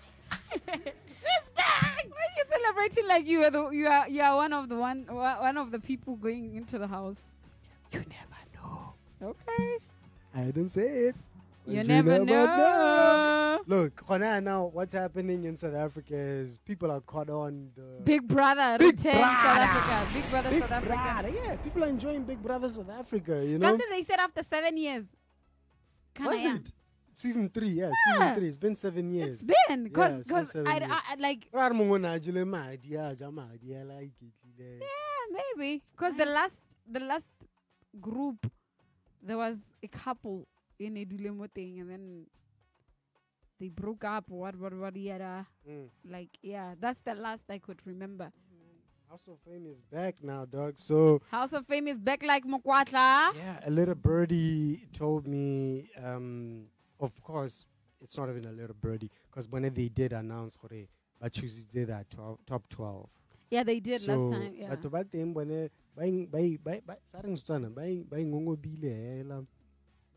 Speaker 3: It's back. Why are you celebrating like you are the, you are you are one of the one wa- one of the people going into the house?
Speaker 2: You never know.
Speaker 3: Okay.
Speaker 2: I don't say it.
Speaker 3: You,
Speaker 2: But
Speaker 3: never, know.
Speaker 2: Look, Hona, now what's happening in South Africa is people are caught on the
Speaker 3: Big Brother
Speaker 2: Big
Speaker 3: returned South
Speaker 2: Brother.
Speaker 3: Africa. Big Brother
Speaker 2: Big
Speaker 3: South Africa.
Speaker 2: Brother. Yeah, people are enjoying Big Brother South Africa, you know?
Speaker 3: Can't they said after seven years? Can
Speaker 2: Was
Speaker 3: I am?
Speaker 2: it? Season three, yeah,
Speaker 3: Yeah.
Speaker 2: season three. It's been seven years.
Speaker 3: It's been
Speaker 2: Yeah,
Speaker 3: because
Speaker 2: it's been seven
Speaker 3: I,
Speaker 2: years.
Speaker 3: I, I like
Speaker 2: Ra re mongwe o ne a jele madi, a ja madi, a la iketlile.
Speaker 3: yeah maybe because the last the last group there was a couple e in Edulemo thing and then they broke up what what what yada
Speaker 2: Mm.
Speaker 3: like yeah that's the last I could remember.
Speaker 2: House of Fame is back now, dog. So
Speaker 3: House of Fame is back like Mokwatla.
Speaker 2: yeah, a little birdie told me. Um, of course, it's not even a little birdie because when they did announce gore ba choositse their 12, top twelve.
Speaker 3: Yeah, they did
Speaker 2: so
Speaker 3: last time. Yeah.
Speaker 2: batho ba teng bone ba ing- ba i- ba- ba- sa reng setswana ba ing- ba ingongobile hela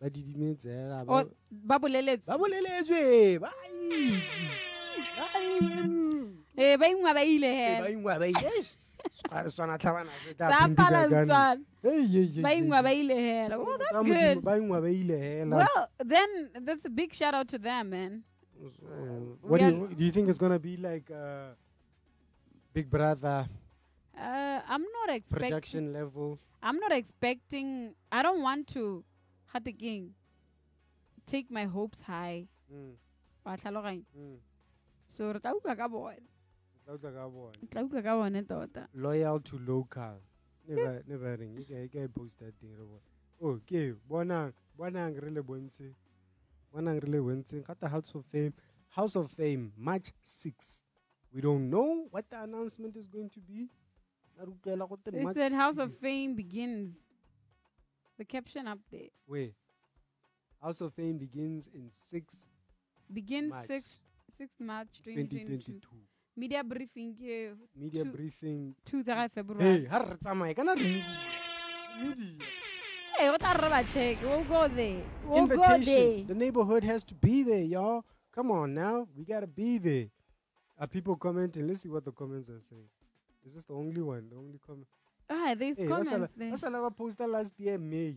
Speaker 2: ba didimetse hela ba-
Speaker 3: Or Babulelet.
Speaker 2: ba boleletswe ba itse, ba itse.
Speaker 3: Eh, ba ingwa ba ile
Speaker 2: Eh, ba
Speaker 3: hela.
Speaker 2: ingwa ba itse, eish, Setswana- Setswana tlhabana se tla
Speaker 3: Sa
Speaker 2: phindika
Speaker 3: pala
Speaker 2: kae.
Speaker 3: Setswana.
Speaker 2: Hey, hey, hey,
Speaker 3: Ba
Speaker 2: hey,
Speaker 3: ingwa ba
Speaker 2: hey.
Speaker 3: ile hela. Oh,
Speaker 2: Ka
Speaker 3: that's
Speaker 2: Modimo,
Speaker 3: good.
Speaker 2: ba ingwa ba ile hela
Speaker 3: Well, then that's a big shout out to them, man.
Speaker 2: So, what do you, do you think it's gonna be like uh, big brother
Speaker 3: Uh, I'm not expecting.
Speaker 2: production level
Speaker 3: I'm not expecting. I don't want to, Hatiking, take my hopes high.
Speaker 2: Mm,
Speaker 3: Wa tlhaloganya?
Speaker 2: mm.
Speaker 3: So re tla utlwa ka bone.
Speaker 2: Tla utlwa ka bona.
Speaker 3: Re tla utlwa ka bone tota.
Speaker 2: loyal to local never
Speaker 3: Hmm.
Speaker 2: never reng e ka e ka e post that thing re bona oh ke bonang bonang re le bontse bonang re le bontse ka the house of fame house of fame march 6 we don't know what the announcement is going to be Na re utlwela gote
Speaker 3: It
Speaker 2: March
Speaker 3: said House of
Speaker 2: 6.
Speaker 3: Fame begins. The caption up there
Speaker 2: wait house of fame begins in 6
Speaker 3: begins
Speaker 2: March.
Speaker 3: 6 6 March
Speaker 2: 2022
Speaker 3: 2022. Media briefing ke
Speaker 2: media
Speaker 3: two-
Speaker 2: briefing
Speaker 3: 2 tsa February.
Speaker 2: hey ha re tsamaye kana re media
Speaker 3: Hey, what are rubber check? We'll go there. We'll go there.
Speaker 2: invitation. The neighborhood has to be there, y'all. Come on now, we gotta be there. Are people commenting? Let's see what the comments are saying. Is this the only one? The only comment?
Speaker 3: Ah, there's comments
Speaker 2: that's, a,
Speaker 3: there.
Speaker 2: that's a lot of poster last year May.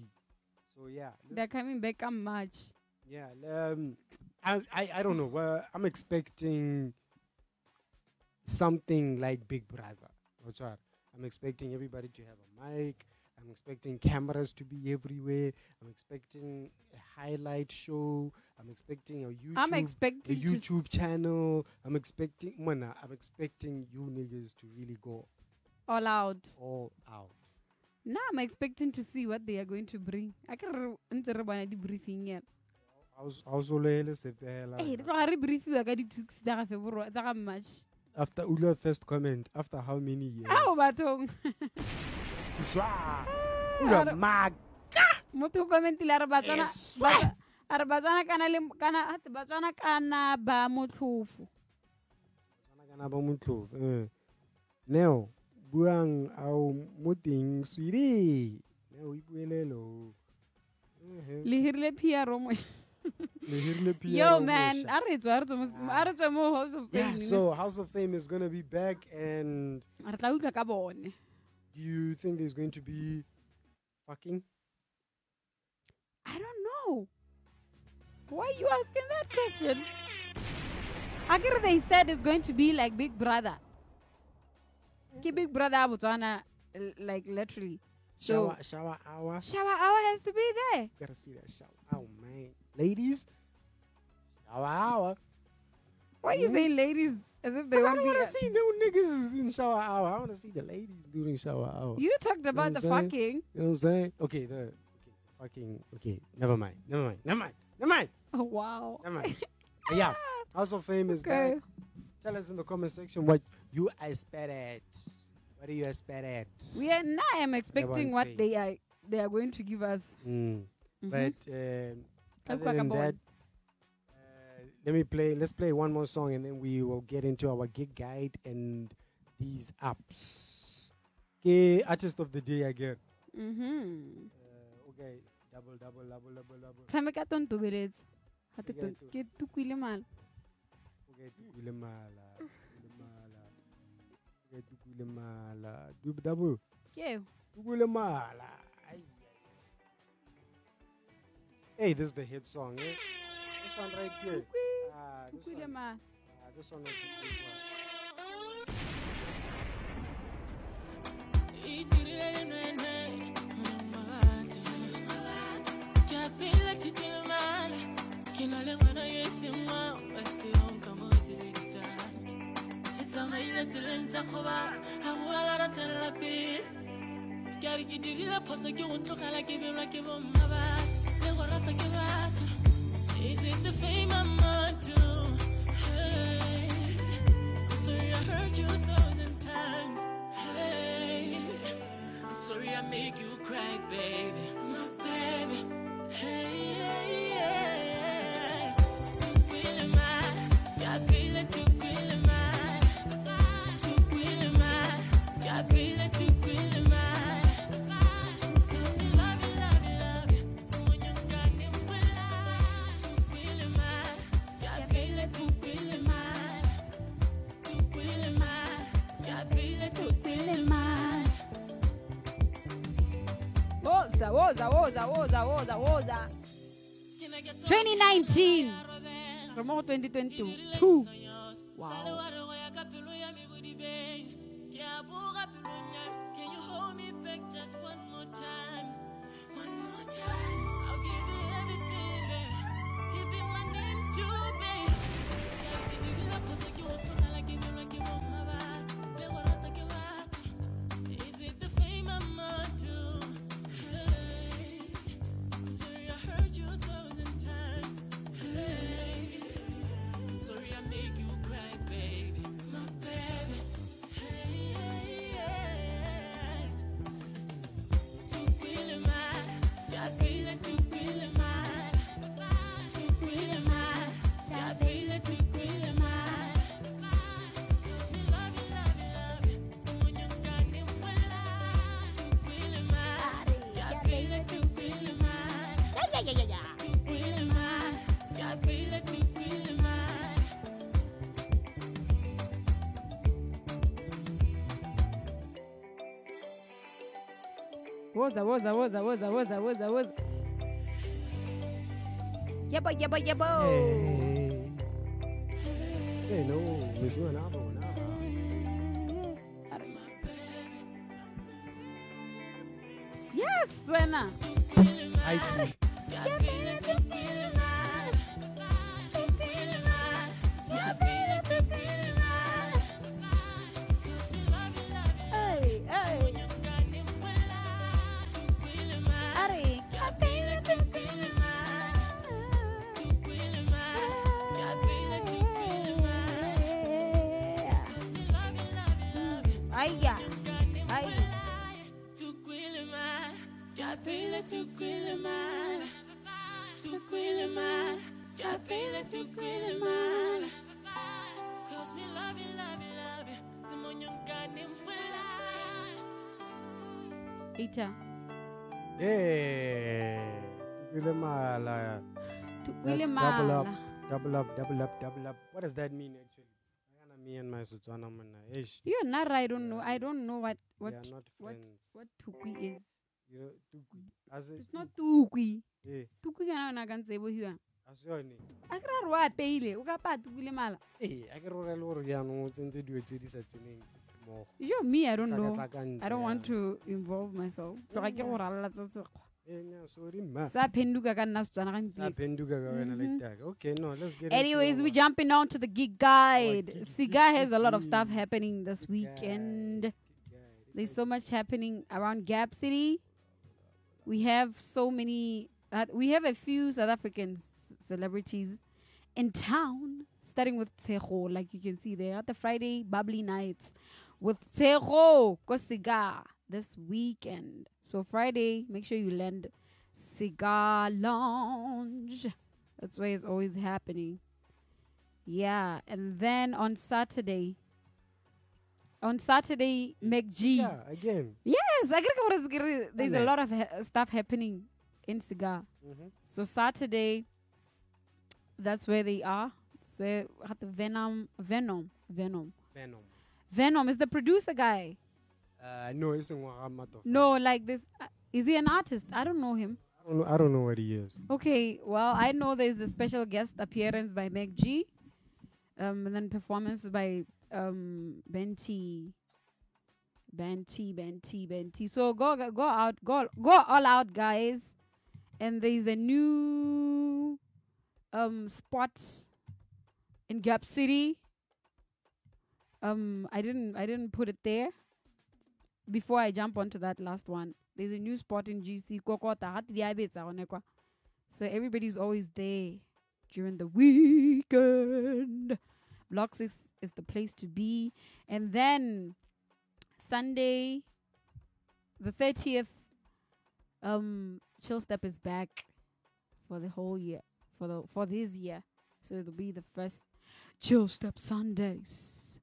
Speaker 2: So yeah,
Speaker 3: They're
Speaker 2: let's-
Speaker 3: coming back on March.
Speaker 2: yeah. Um, I, I I don't know. Well, I'm expecting something like Big Brother. That's what I'm expecting everybody to have a mic. I'm expecting cameras to be everywhere. I'm expecting a highlight show. I'm expecting a YouTube,
Speaker 3: I'm
Speaker 2: a
Speaker 3: expecting to s-
Speaker 2: YouTube channel. I'm expecting, mana, I'm expecting you niggas to really go
Speaker 3: all out.
Speaker 2: all out.
Speaker 3: Now I'm expecting to see what they are going to bring. I can the briefing yet.
Speaker 2: I was, I was already sepela.
Speaker 3: Hey, re tloga re briefiwa ka di-six tsa ga February- tsa ga March.
Speaker 2: after Ula's first comment, after how many years?
Speaker 3: Ao bathong.
Speaker 2: Zwa.
Speaker 3: Ah,
Speaker 2: Ula
Speaker 3: re-
Speaker 2: mag.
Speaker 3: motho o commentile a re batswana Batsa- a re batswana kana le kana a te batswana kana ba motlhofo
Speaker 2: Kana ba motlof. Neo buang ao moting sweetie. Neo ipuelelo.
Speaker 3: le hirile piaro mo
Speaker 2: Le hirile pia.
Speaker 3: yo
Speaker 2: o
Speaker 3: man
Speaker 2: mosha.
Speaker 3: a re tswe a re tswe mo- a re tswe mo house of
Speaker 2: Yeah,
Speaker 3: Fame,
Speaker 2: so House of Fame is gonna be back, and
Speaker 3: ne? re tla utlwa ka bone
Speaker 2: do you think there's going to be fucking?
Speaker 3: i don't know why you asking that question akere they said it's going to be like big brother ke big brother a botswana l- like literally so
Speaker 2: Shower, shower hour.
Speaker 3: shower hour has to be there
Speaker 2: Gotta see that shower. Oh man, ladies, shower hour.
Speaker 3: why you saying ladies as
Speaker 2: Mm-hmm.
Speaker 3: if they
Speaker 2: Because I
Speaker 3: won't
Speaker 2: don't
Speaker 3: be
Speaker 2: want to
Speaker 3: there?
Speaker 2: see no niggas in shower hour. I want to see the ladies during shower hour.
Speaker 3: you talked about the
Speaker 2: what I'm saying?
Speaker 3: fucking
Speaker 2: You know what I'm saying? Okay, the okay, the fucking okay. Never mind. Never mind. Never mind. Never mind.
Speaker 3: Oh wow.
Speaker 2: Never mind. But yeah, House of Fame is
Speaker 3: Okay.
Speaker 2: back. Tell us in the comment section what you expect at. What do you expect at?
Speaker 3: We are now I'm expecting what
Speaker 2: say.
Speaker 3: they are they are going to give us.
Speaker 2: Mm.
Speaker 3: Mm-hmm.
Speaker 2: But um,
Speaker 3: Talk
Speaker 2: other than
Speaker 3: about-
Speaker 2: that, uh, let me play. Let's play one more song, and then we will get into our gig guide and these apps. Okay, artist of the day again.
Speaker 3: Mm-hmm.
Speaker 2: Uh, okay, double, double, double, double, double.
Speaker 3: Tshameka tontobeletse. Ga te
Speaker 2: Okay,
Speaker 3: ton-
Speaker 2: to-
Speaker 3: ke tukwile mala.
Speaker 2: Okay, tukule mala, tukule mala, okay, tukule mala, double, double,
Speaker 3: Ke eo.
Speaker 2: tukule mala. Ay, ay, ay. Hey, this is the hit song. Eh? This one right here. Ah, this
Speaker 3: Tukwile
Speaker 2: one.
Speaker 3: mala.
Speaker 2: Ah, this one was the big one.
Speaker 1: Ke a phela ke kile mala, ke ke na le ngwana ye seng wa westeon ka mo tseleng tsa e tsamaile tseleng tsa kgoba ga go ala ra tswelela pele ke a re ke dirile phoso ke go ntlogela ke belwa ke bomma batho le go rata ke batho is it the fame I'm onto? Hey, I'm sorry I hurt you a thousand times. Hey. I'm sorry I make you cry, baby. My baby. Hey, yeah, yeah. Tu quelle mal, Gabriela, tu quelle mal. Tu quelle mal, Gabriela, tu quelle mal. Cause we love you, love you, love you. Someone you got me will lie. Tu quelle mal, Gabriela, tu quelle mal. Tu quelle mal, Gabriela, tu quelle mal.
Speaker 3: Woza, woza, woza, woza, woza, woza.
Speaker 1: Can I get some?
Speaker 3: 2019. From all 2022. Two. Wow.
Speaker 1: Can you hold me back just one more time? One more time. I'll give you everything, babe. Give you my name too, babe. Yeah, ke dirile phoso, ke gopola, ke belwa ke bomma ba ka, le go rata ke batho. Is it the fame I'm onto? Hey, I'm sorry I hurt you a thousand times. Hey. Sorry I make you cry, baby, my baby. Hey, hey, hey. Tu quelle mal, Gabriela, tu quelle mal. Tu quelle mal, Gabriela, tu quelle mal. Cause me love you, love you, love you. Someone you got me will lie. Tu quelle mal, Gabriela, tu quelle mal. Tu quelle mal, Gabriela, tu quelle mal.
Speaker 3: Woza, woza, woza, woza, woza, woza, woza. Yebo, yebo, yebo.
Speaker 2: Hey, no, misiwa navo navo.
Speaker 3: Yes, wena.
Speaker 2: Hayi,
Speaker 3: Hey, hey. Ari. Aya. Ay.
Speaker 1: Gabriela, tu quelle mal, tu quelle mal, Gabriela, tu quelle mal. Cause me love you, love you, love you, someone you got me will lie.
Speaker 3: Ita.
Speaker 2: hey. Ile mala.
Speaker 3: Ile
Speaker 2: Let's double up,
Speaker 3: mala.
Speaker 2: double up, double up, double up. What does that mean actually? Ayana me and my Setswana man. Eish.
Speaker 3: You and Nara, I don't know. I don't know what
Speaker 2: We
Speaker 3: what
Speaker 2: are not
Speaker 3: what
Speaker 2: friends.
Speaker 3: what tukui is.
Speaker 2: You know, tukwi. As
Speaker 3: It's not tukui.
Speaker 2: Hey,
Speaker 3: Tukui kana na kantsebo hiwa.
Speaker 2: as yone.
Speaker 3: Akira ro a peile, o ka pa tukui le mala.
Speaker 2: Hey, a ke rora le gore jaanong o tsentse dilo tse di sa tseneng mmogo.
Speaker 3: You me, I don't know.
Speaker 2: Tlhakatlhakantse
Speaker 3: I don't want
Speaker 2: jaanong.
Speaker 3: to involve myself.
Speaker 2: Mm,
Speaker 3: To ga ke go ralla tsa tsekgwa.
Speaker 2: Eh, nya, sorry ma.
Speaker 3: Sa penduka ka nna Setswana ga
Speaker 2: Sa
Speaker 3: mpile.
Speaker 2: penduka ka wena like that. Okay, no, let's get into
Speaker 3: Anyways,
Speaker 2: our-
Speaker 3: we're jumping on to the gig guide.
Speaker 2: Oh, gig,
Speaker 3: Siga
Speaker 2: gig,
Speaker 3: has a lot of
Speaker 2: gig,
Speaker 3: stuff happening this
Speaker 2: gig guide.
Speaker 3: weekend.
Speaker 2: Yeah, it
Speaker 3: There's so much happening around Gap City. We have so many. Uh, we have a few South African c- celebrities in town, starting with Tsego, like you can see there at the Friday bubbly nights with Tsego Kosiga this weekend. So Friday, make sure you land Cigar Lounge. That's where it's always happening. Yeah, and then on Saturday, on Saturday, McG.
Speaker 2: Yeah, again.
Speaker 3: Yes, I get what is gre- there's a
Speaker 2: Ane.
Speaker 3: lot of ha- stuff happening in Cigar.
Speaker 2: Mhm.
Speaker 3: So Saturday, that's where they are. So at the Venom, Venom, Venom,
Speaker 2: Venom.
Speaker 3: Venom is the producer guy.
Speaker 2: Uh, no, it's in Wahamato.
Speaker 3: No, like this, uh, is he an artist? I don't know him.
Speaker 2: I don't know, I don't know what he is.
Speaker 3: Okay, well I know there's a special guest appearance by Meg G, um, and then performance by um Benti. Benti, Benti, Benti. So go go go out, go go all out, guys. And there's a new um, spot in Gap City. Um, I didn't I didn't put it there. Before I jump onto that last one, there's a new spot in GC. Kokota, hati di abe tsa gone kwa. So everybody's always there during the weekend. Block six is the place to be. And then Sunday, the thirtieth, um, Chill Step is back for the whole year for the for this year. So it'll be the first Chill Step Sundays.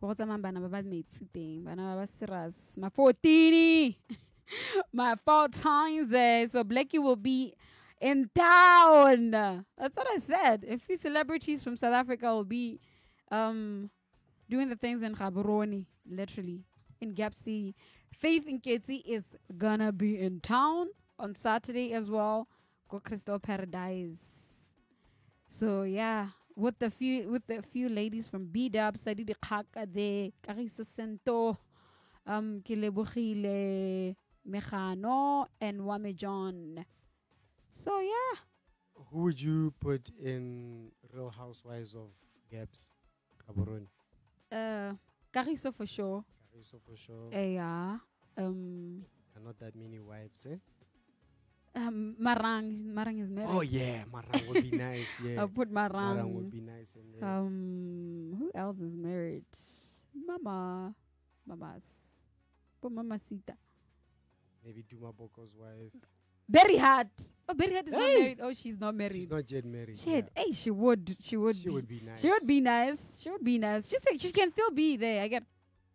Speaker 3: Go tsamaya bana ba ba metsi teng, bana ba ba serious. My 14, my four times eh. So Blackie will be in town. That's what I said. A few celebrities from South Africa will be um, doing the things in Gaborone, literally, in Gapsi. Faith Nketsi is gonna be in town on Saturday as well. Go Crystal Paradise. So yeah, with the few with the few ladies from B Dub, Sadi de Kaka de Kariso Sento, um Kilebogile Mechano and Wame John. So yeah.
Speaker 2: Who would you put in Real Housewives of Gaps? Gaborone.
Speaker 3: Uh Kariso for sure.
Speaker 2: Kariso for sure.
Speaker 3: Eh, yeah. Um
Speaker 2: There are Not that many wives, eh?
Speaker 3: um, Marang Marang is married.
Speaker 2: Oh yeah, Marang would be nice. Yeah,
Speaker 3: I'll put Marang.
Speaker 2: Marang would be nice in there.
Speaker 3: Um, who else is married? Mama, mamas, but Mama Sita.
Speaker 2: Maybe Duma Boko's wife.
Speaker 3: Berry Hat. Oh, Berry Hat is not
Speaker 2: Hey!
Speaker 3: married. Oh, she's not married.
Speaker 2: She's not yet married.
Speaker 3: Shit. Hey, she would. She
Speaker 2: yeah.
Speaker 3: would.
Speaker 2: She would be nice.
Speaker 3: She would be nice. She would be nice. She said she can still be there. I get,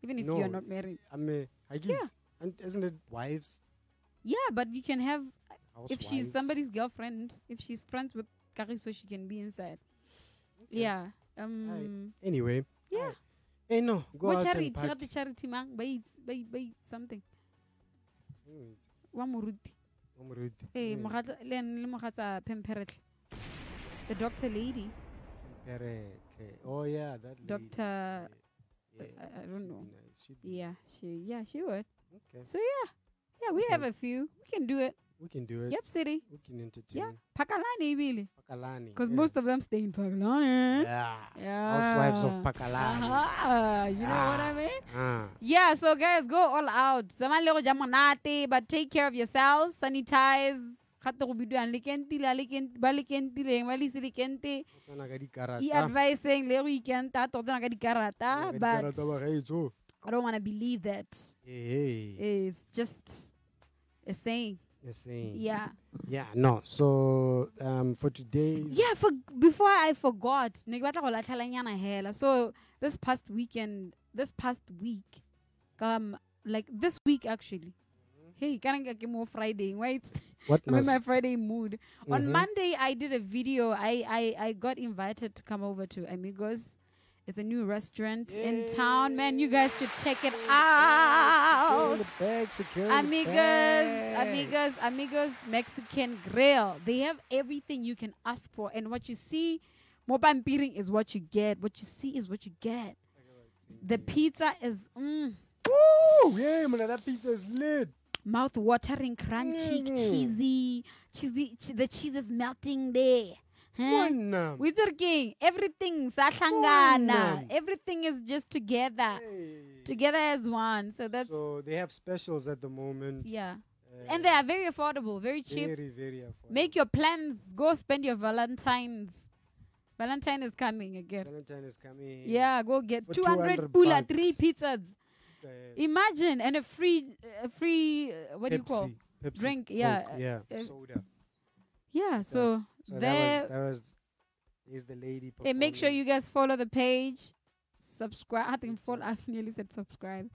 Speaker 3: even if
Speaker 2: No.
Speaker 3: you're not married.
Speaker 2: I mean, I get. And isn't it wives?
Speaker 3: Yeah, but you can have if
Speaker 2: Housewives?
Speaker 3: she's somebody's girlfriend. If she's friends with Kariso, she can be inside. Yeah. Um.
Speaker 2: Anyway.
Speaker 3: Yeah.
Speaker 2: Hey, no. Go
Speaker 3: What
Speaker 2: out
Speaker 3: charity?
Speaker 2: and party.
Speaker 3: Charity, charity, man. By, by, by something.
Speaker 2: Mm, it's-
Speaker 3: Wa moruti.
Speaker 2: I'm rude.
Speaker 3: Hey,
Speaker 2: Mm,
Speaker 3: mogatsa- le ene le mogatsa Pemperetle. The doctor lady.
Speaker 2: correct, eh. Oh yeah, that lady.
Speaker 3: Doctor.
Speaker 2: Yeah,
Speaker 3: uh, I- I
Speaker 2: she'd
Speaker 3: don't
Speaker 2: be
Speaker 3: know.
Speaker 2: nice, she'd be-
Speaker 3: Yeah, she. Yeah, she would.
Speaker 2: Okay.
Speaker 3: So yeah, yeah, we have
Speaker 2: Okay.
Speaker 3: a few. We can do it.
Speaker 2: We can do it.
Speaker 3: Yep, city.
Speaker 2: We can entertain.
Speaker 3: Yeah, Pakalani really,
Speaker 2: Pakalani.
Speaker 3: because
Speaker 2: yeah.
Speaker 3: most of them stay in Pakalani.
Speaker 2: Yeah.
Speaker 3: Yeah. Uh-huh.
Speaker 2: Housewives of Pakalani.
Speaker 3: Ah, you know what I
Speaker 2: Ah.
Speaker 3: mean?
Speaker 2: Ah.
Speaker 3: Yeah, so guys, go all out. Zaman le go ja monate, but take care of yourselves. Sanitize. Gate go bidiwang le kente la le kente- ba le kentileng, ba le ise le kente.
Speaker 2: Go tsena ka dikarata.
Speaker 3: e advising le go ikenta tota tsena ka
Speaker 2: Tsena
Speaker 3: dikarata
Speaker 2: ka
Speaker 3: but
Speaker 2: dikarata, bagaetsho.
Speaker 3: i don't want to believe that
Speaker 2: Hey, hey.
Speaker 3: it's just a saying
Speaker 2: You're saying.
Speaker 3: yeah
Speaker 2: Yeah, E no. So um for today's
Speaker 3: yeah for before i forgot ne ke batla go latlhelanyana hela so this past weekend this past week um like this week actually hey kana nka ke mo friday wait
Speaker 2: what
Speaker 3: I'm in
Speaker 2: must
Speaker 3: my Friday mood. On
Speaker 2: Mhm.
Speaker 3: Monday, I did a video. I, I, I got invited to come over to Amigos. It's a new restaurant in town. Man, you guys should check it
Speaker 2: Secure
Speaker 3: out.
Speaker 2: the bag, secure the
Speaker 3: Amigos,
Speaker 2: bag.
Speaker 3: Amigos, Amigos Mexican Grill. They have everything you can ask for. And what you see, mobile beating is what you get. What you see is what you get. The pizza is mm,
Speaker 2: Woo! Yeah, man, that pizza is lit.
Speaker 3: mouth watering, crunchy,
Speaker 2: Mm.
Speaker 3: cheesy, cheesy. Che- the cheese is melting there. Huh?
Speaker 2: Mona.
Speaker 3: We're talking everything, Sahlangana.
Speaker 2: Mona.
Speaker 3: Everything is just together,
Speaker 2: Hey.
Speaker 3: together as one. So that's
Speaker 2: So they have specials at the moment.
Speaker 3: yeah,
Speaker 2: Uh,
Speaker 3: and they are very affordable, very cheap.
Speaker 2: very, very affordable.
Speaker 3: Make your plans. Go spend your Valentine's. Valentine is coming again.
Speaker 2: Valentine is coming.
Speaker 3: Yeah, go get
Speaker 2: For
Speaker 3: 200
Speaker 2: 200
Speaker 3: pula, three
Speaker 2: bucks.
Speaker 3: pizzas.
Speaker 2: Uh,
Speaker 3: Imagine, and a free, a free, uh, what do you call?
Speaker 2: Pepsi. Pepsi,
Speaker 3: Drink, yeah,
Speaker 2: Coke,
Speaker 3: uh,
Speaker 2: yeah.
Speaker 3: uh,
Speaker 2: Soda.
Speaker 3: Yeah, so,
Speaker 2: Yes. so
Speaker 3: there.
Speaker 2: that was, that was is the lady.
Speaker 3: Hey, make sure
Speaker 2: performing.
Speaker 3: you guys follow the page. Subscribe. I think follow. I nearly said subscribe.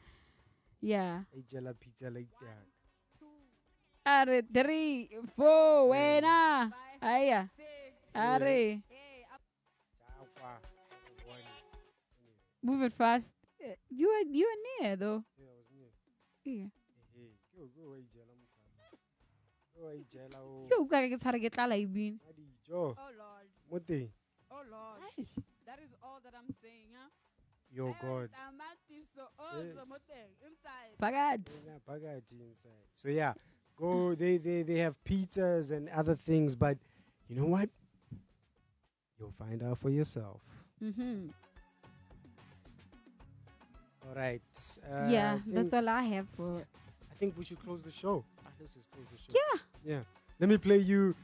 Speaker 3: Yeah.
Speaker 2: a jala pizza like that.
Speaker 3: Are three, four, wena. Aya. Are.
Speaker 2: Chakwa. One.
Speaker 3: Move it fast. Eh, You are you are near though.
Speaker 2: Yeah, I was near.
Speaker 3: Yeah.
Speaker 2: Hey, hey. Go, go away, jala mkhulu. Go away, jala, oh.
Speaker 3: Yo, ka ke tshwara ke tlala ibini.
Speaker 2: Madi, jo.
Speaker 3: Oh lord.
Speaker 2: Mote.
Speaker 3: Oh lord. That is all that I'm saying, huh? Eh,
Speaker 2: Your God. Yes.
Speaker 3: Pagat.
Speaker 2: Ena phakathi inside. So yeah, go. They they they have pizzas and other things, but you know what? You'll find out for yourself.
Speaker 3: Mm-hmm.
Speaker 2: All right. Uh,
Speaker 3: yeah,
Speaker 2: I
Speaker 3: that's
Speaker 2: think-
Speaker 3: all I have for.
Speaker 2: I think we should close the show. Ah, Let's just close the show.
Speaker 3: Yeah.
Speaker 2: Yeah. Let me play you,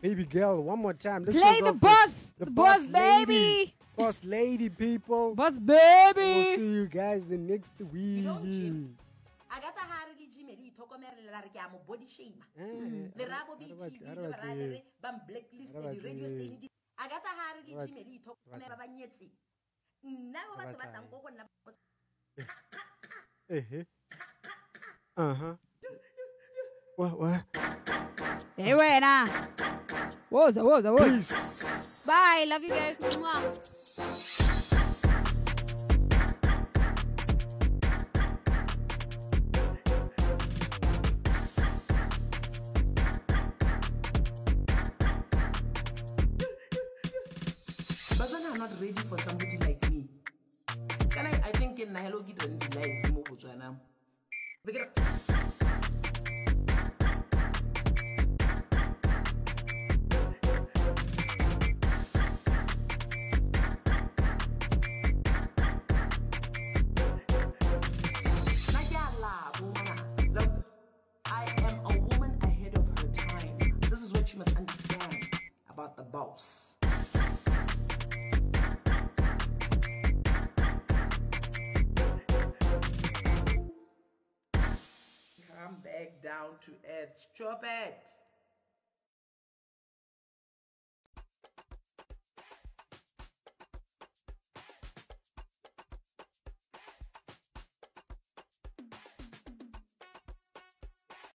Speaker 2: baby girl, one more time. Let's
Speaker 3: Play
Speaker 2: close
Speaker 3: the
Speaker 2: off with
Speaker 3: boss,
Speaker 2: the
Speaker 3: the boss,
Speaker 2: lady.
Speaker 3: baby,
Speaker 2: Boss lady, people.
Speaker 3: boss,
Speaker 2: We'll
Speaker 3: baby.
Speaker 2: see you guys in next week.
Speaker 5: don't give- a ka tla ga re le gime re ithokomelele la re ke a mo body shama
Speaker 2: Eh,
Speaker 5: le raya bo
Speaker 2: I don't
Speaker 5: btv
Speaker 2: want- I
Speaker 5: le
Speaker 2: don't want to hear.
Speaker 5: barare ba mblacklist
Speaker 2: I don't want
Speaker 5: di-radio
Speaker 2: to
Speaker 5: station di a ka tla ga re le
Speaker 2: Right.
Speaker 5: gime re ithokomela
Speaker 2: Right.
Speaker 5: ba ba nyetse nna bo batho ba
Speaker 2: Right.
Speaker 5: tlang ko go nna ba-
Speaker 2: Eh-heh. Eh, Uh-huh. What, what?
Speaker 3: Hey, wena. Woza, woza, woza.
Speaker 2: Peace.
Speaker 3: Bye. Love you guys. Mwah.
Speaker 1: Bazana are not ready for somebody like me. Can I, I think in Nahelo Gideon live mo Botswana. Because
Speaker 5: nna ke a labo ngwana.
Speaker 1: Look, I am a woman ahead of her time. This is what you must understand about the boss. Come back down to earth. Stop it.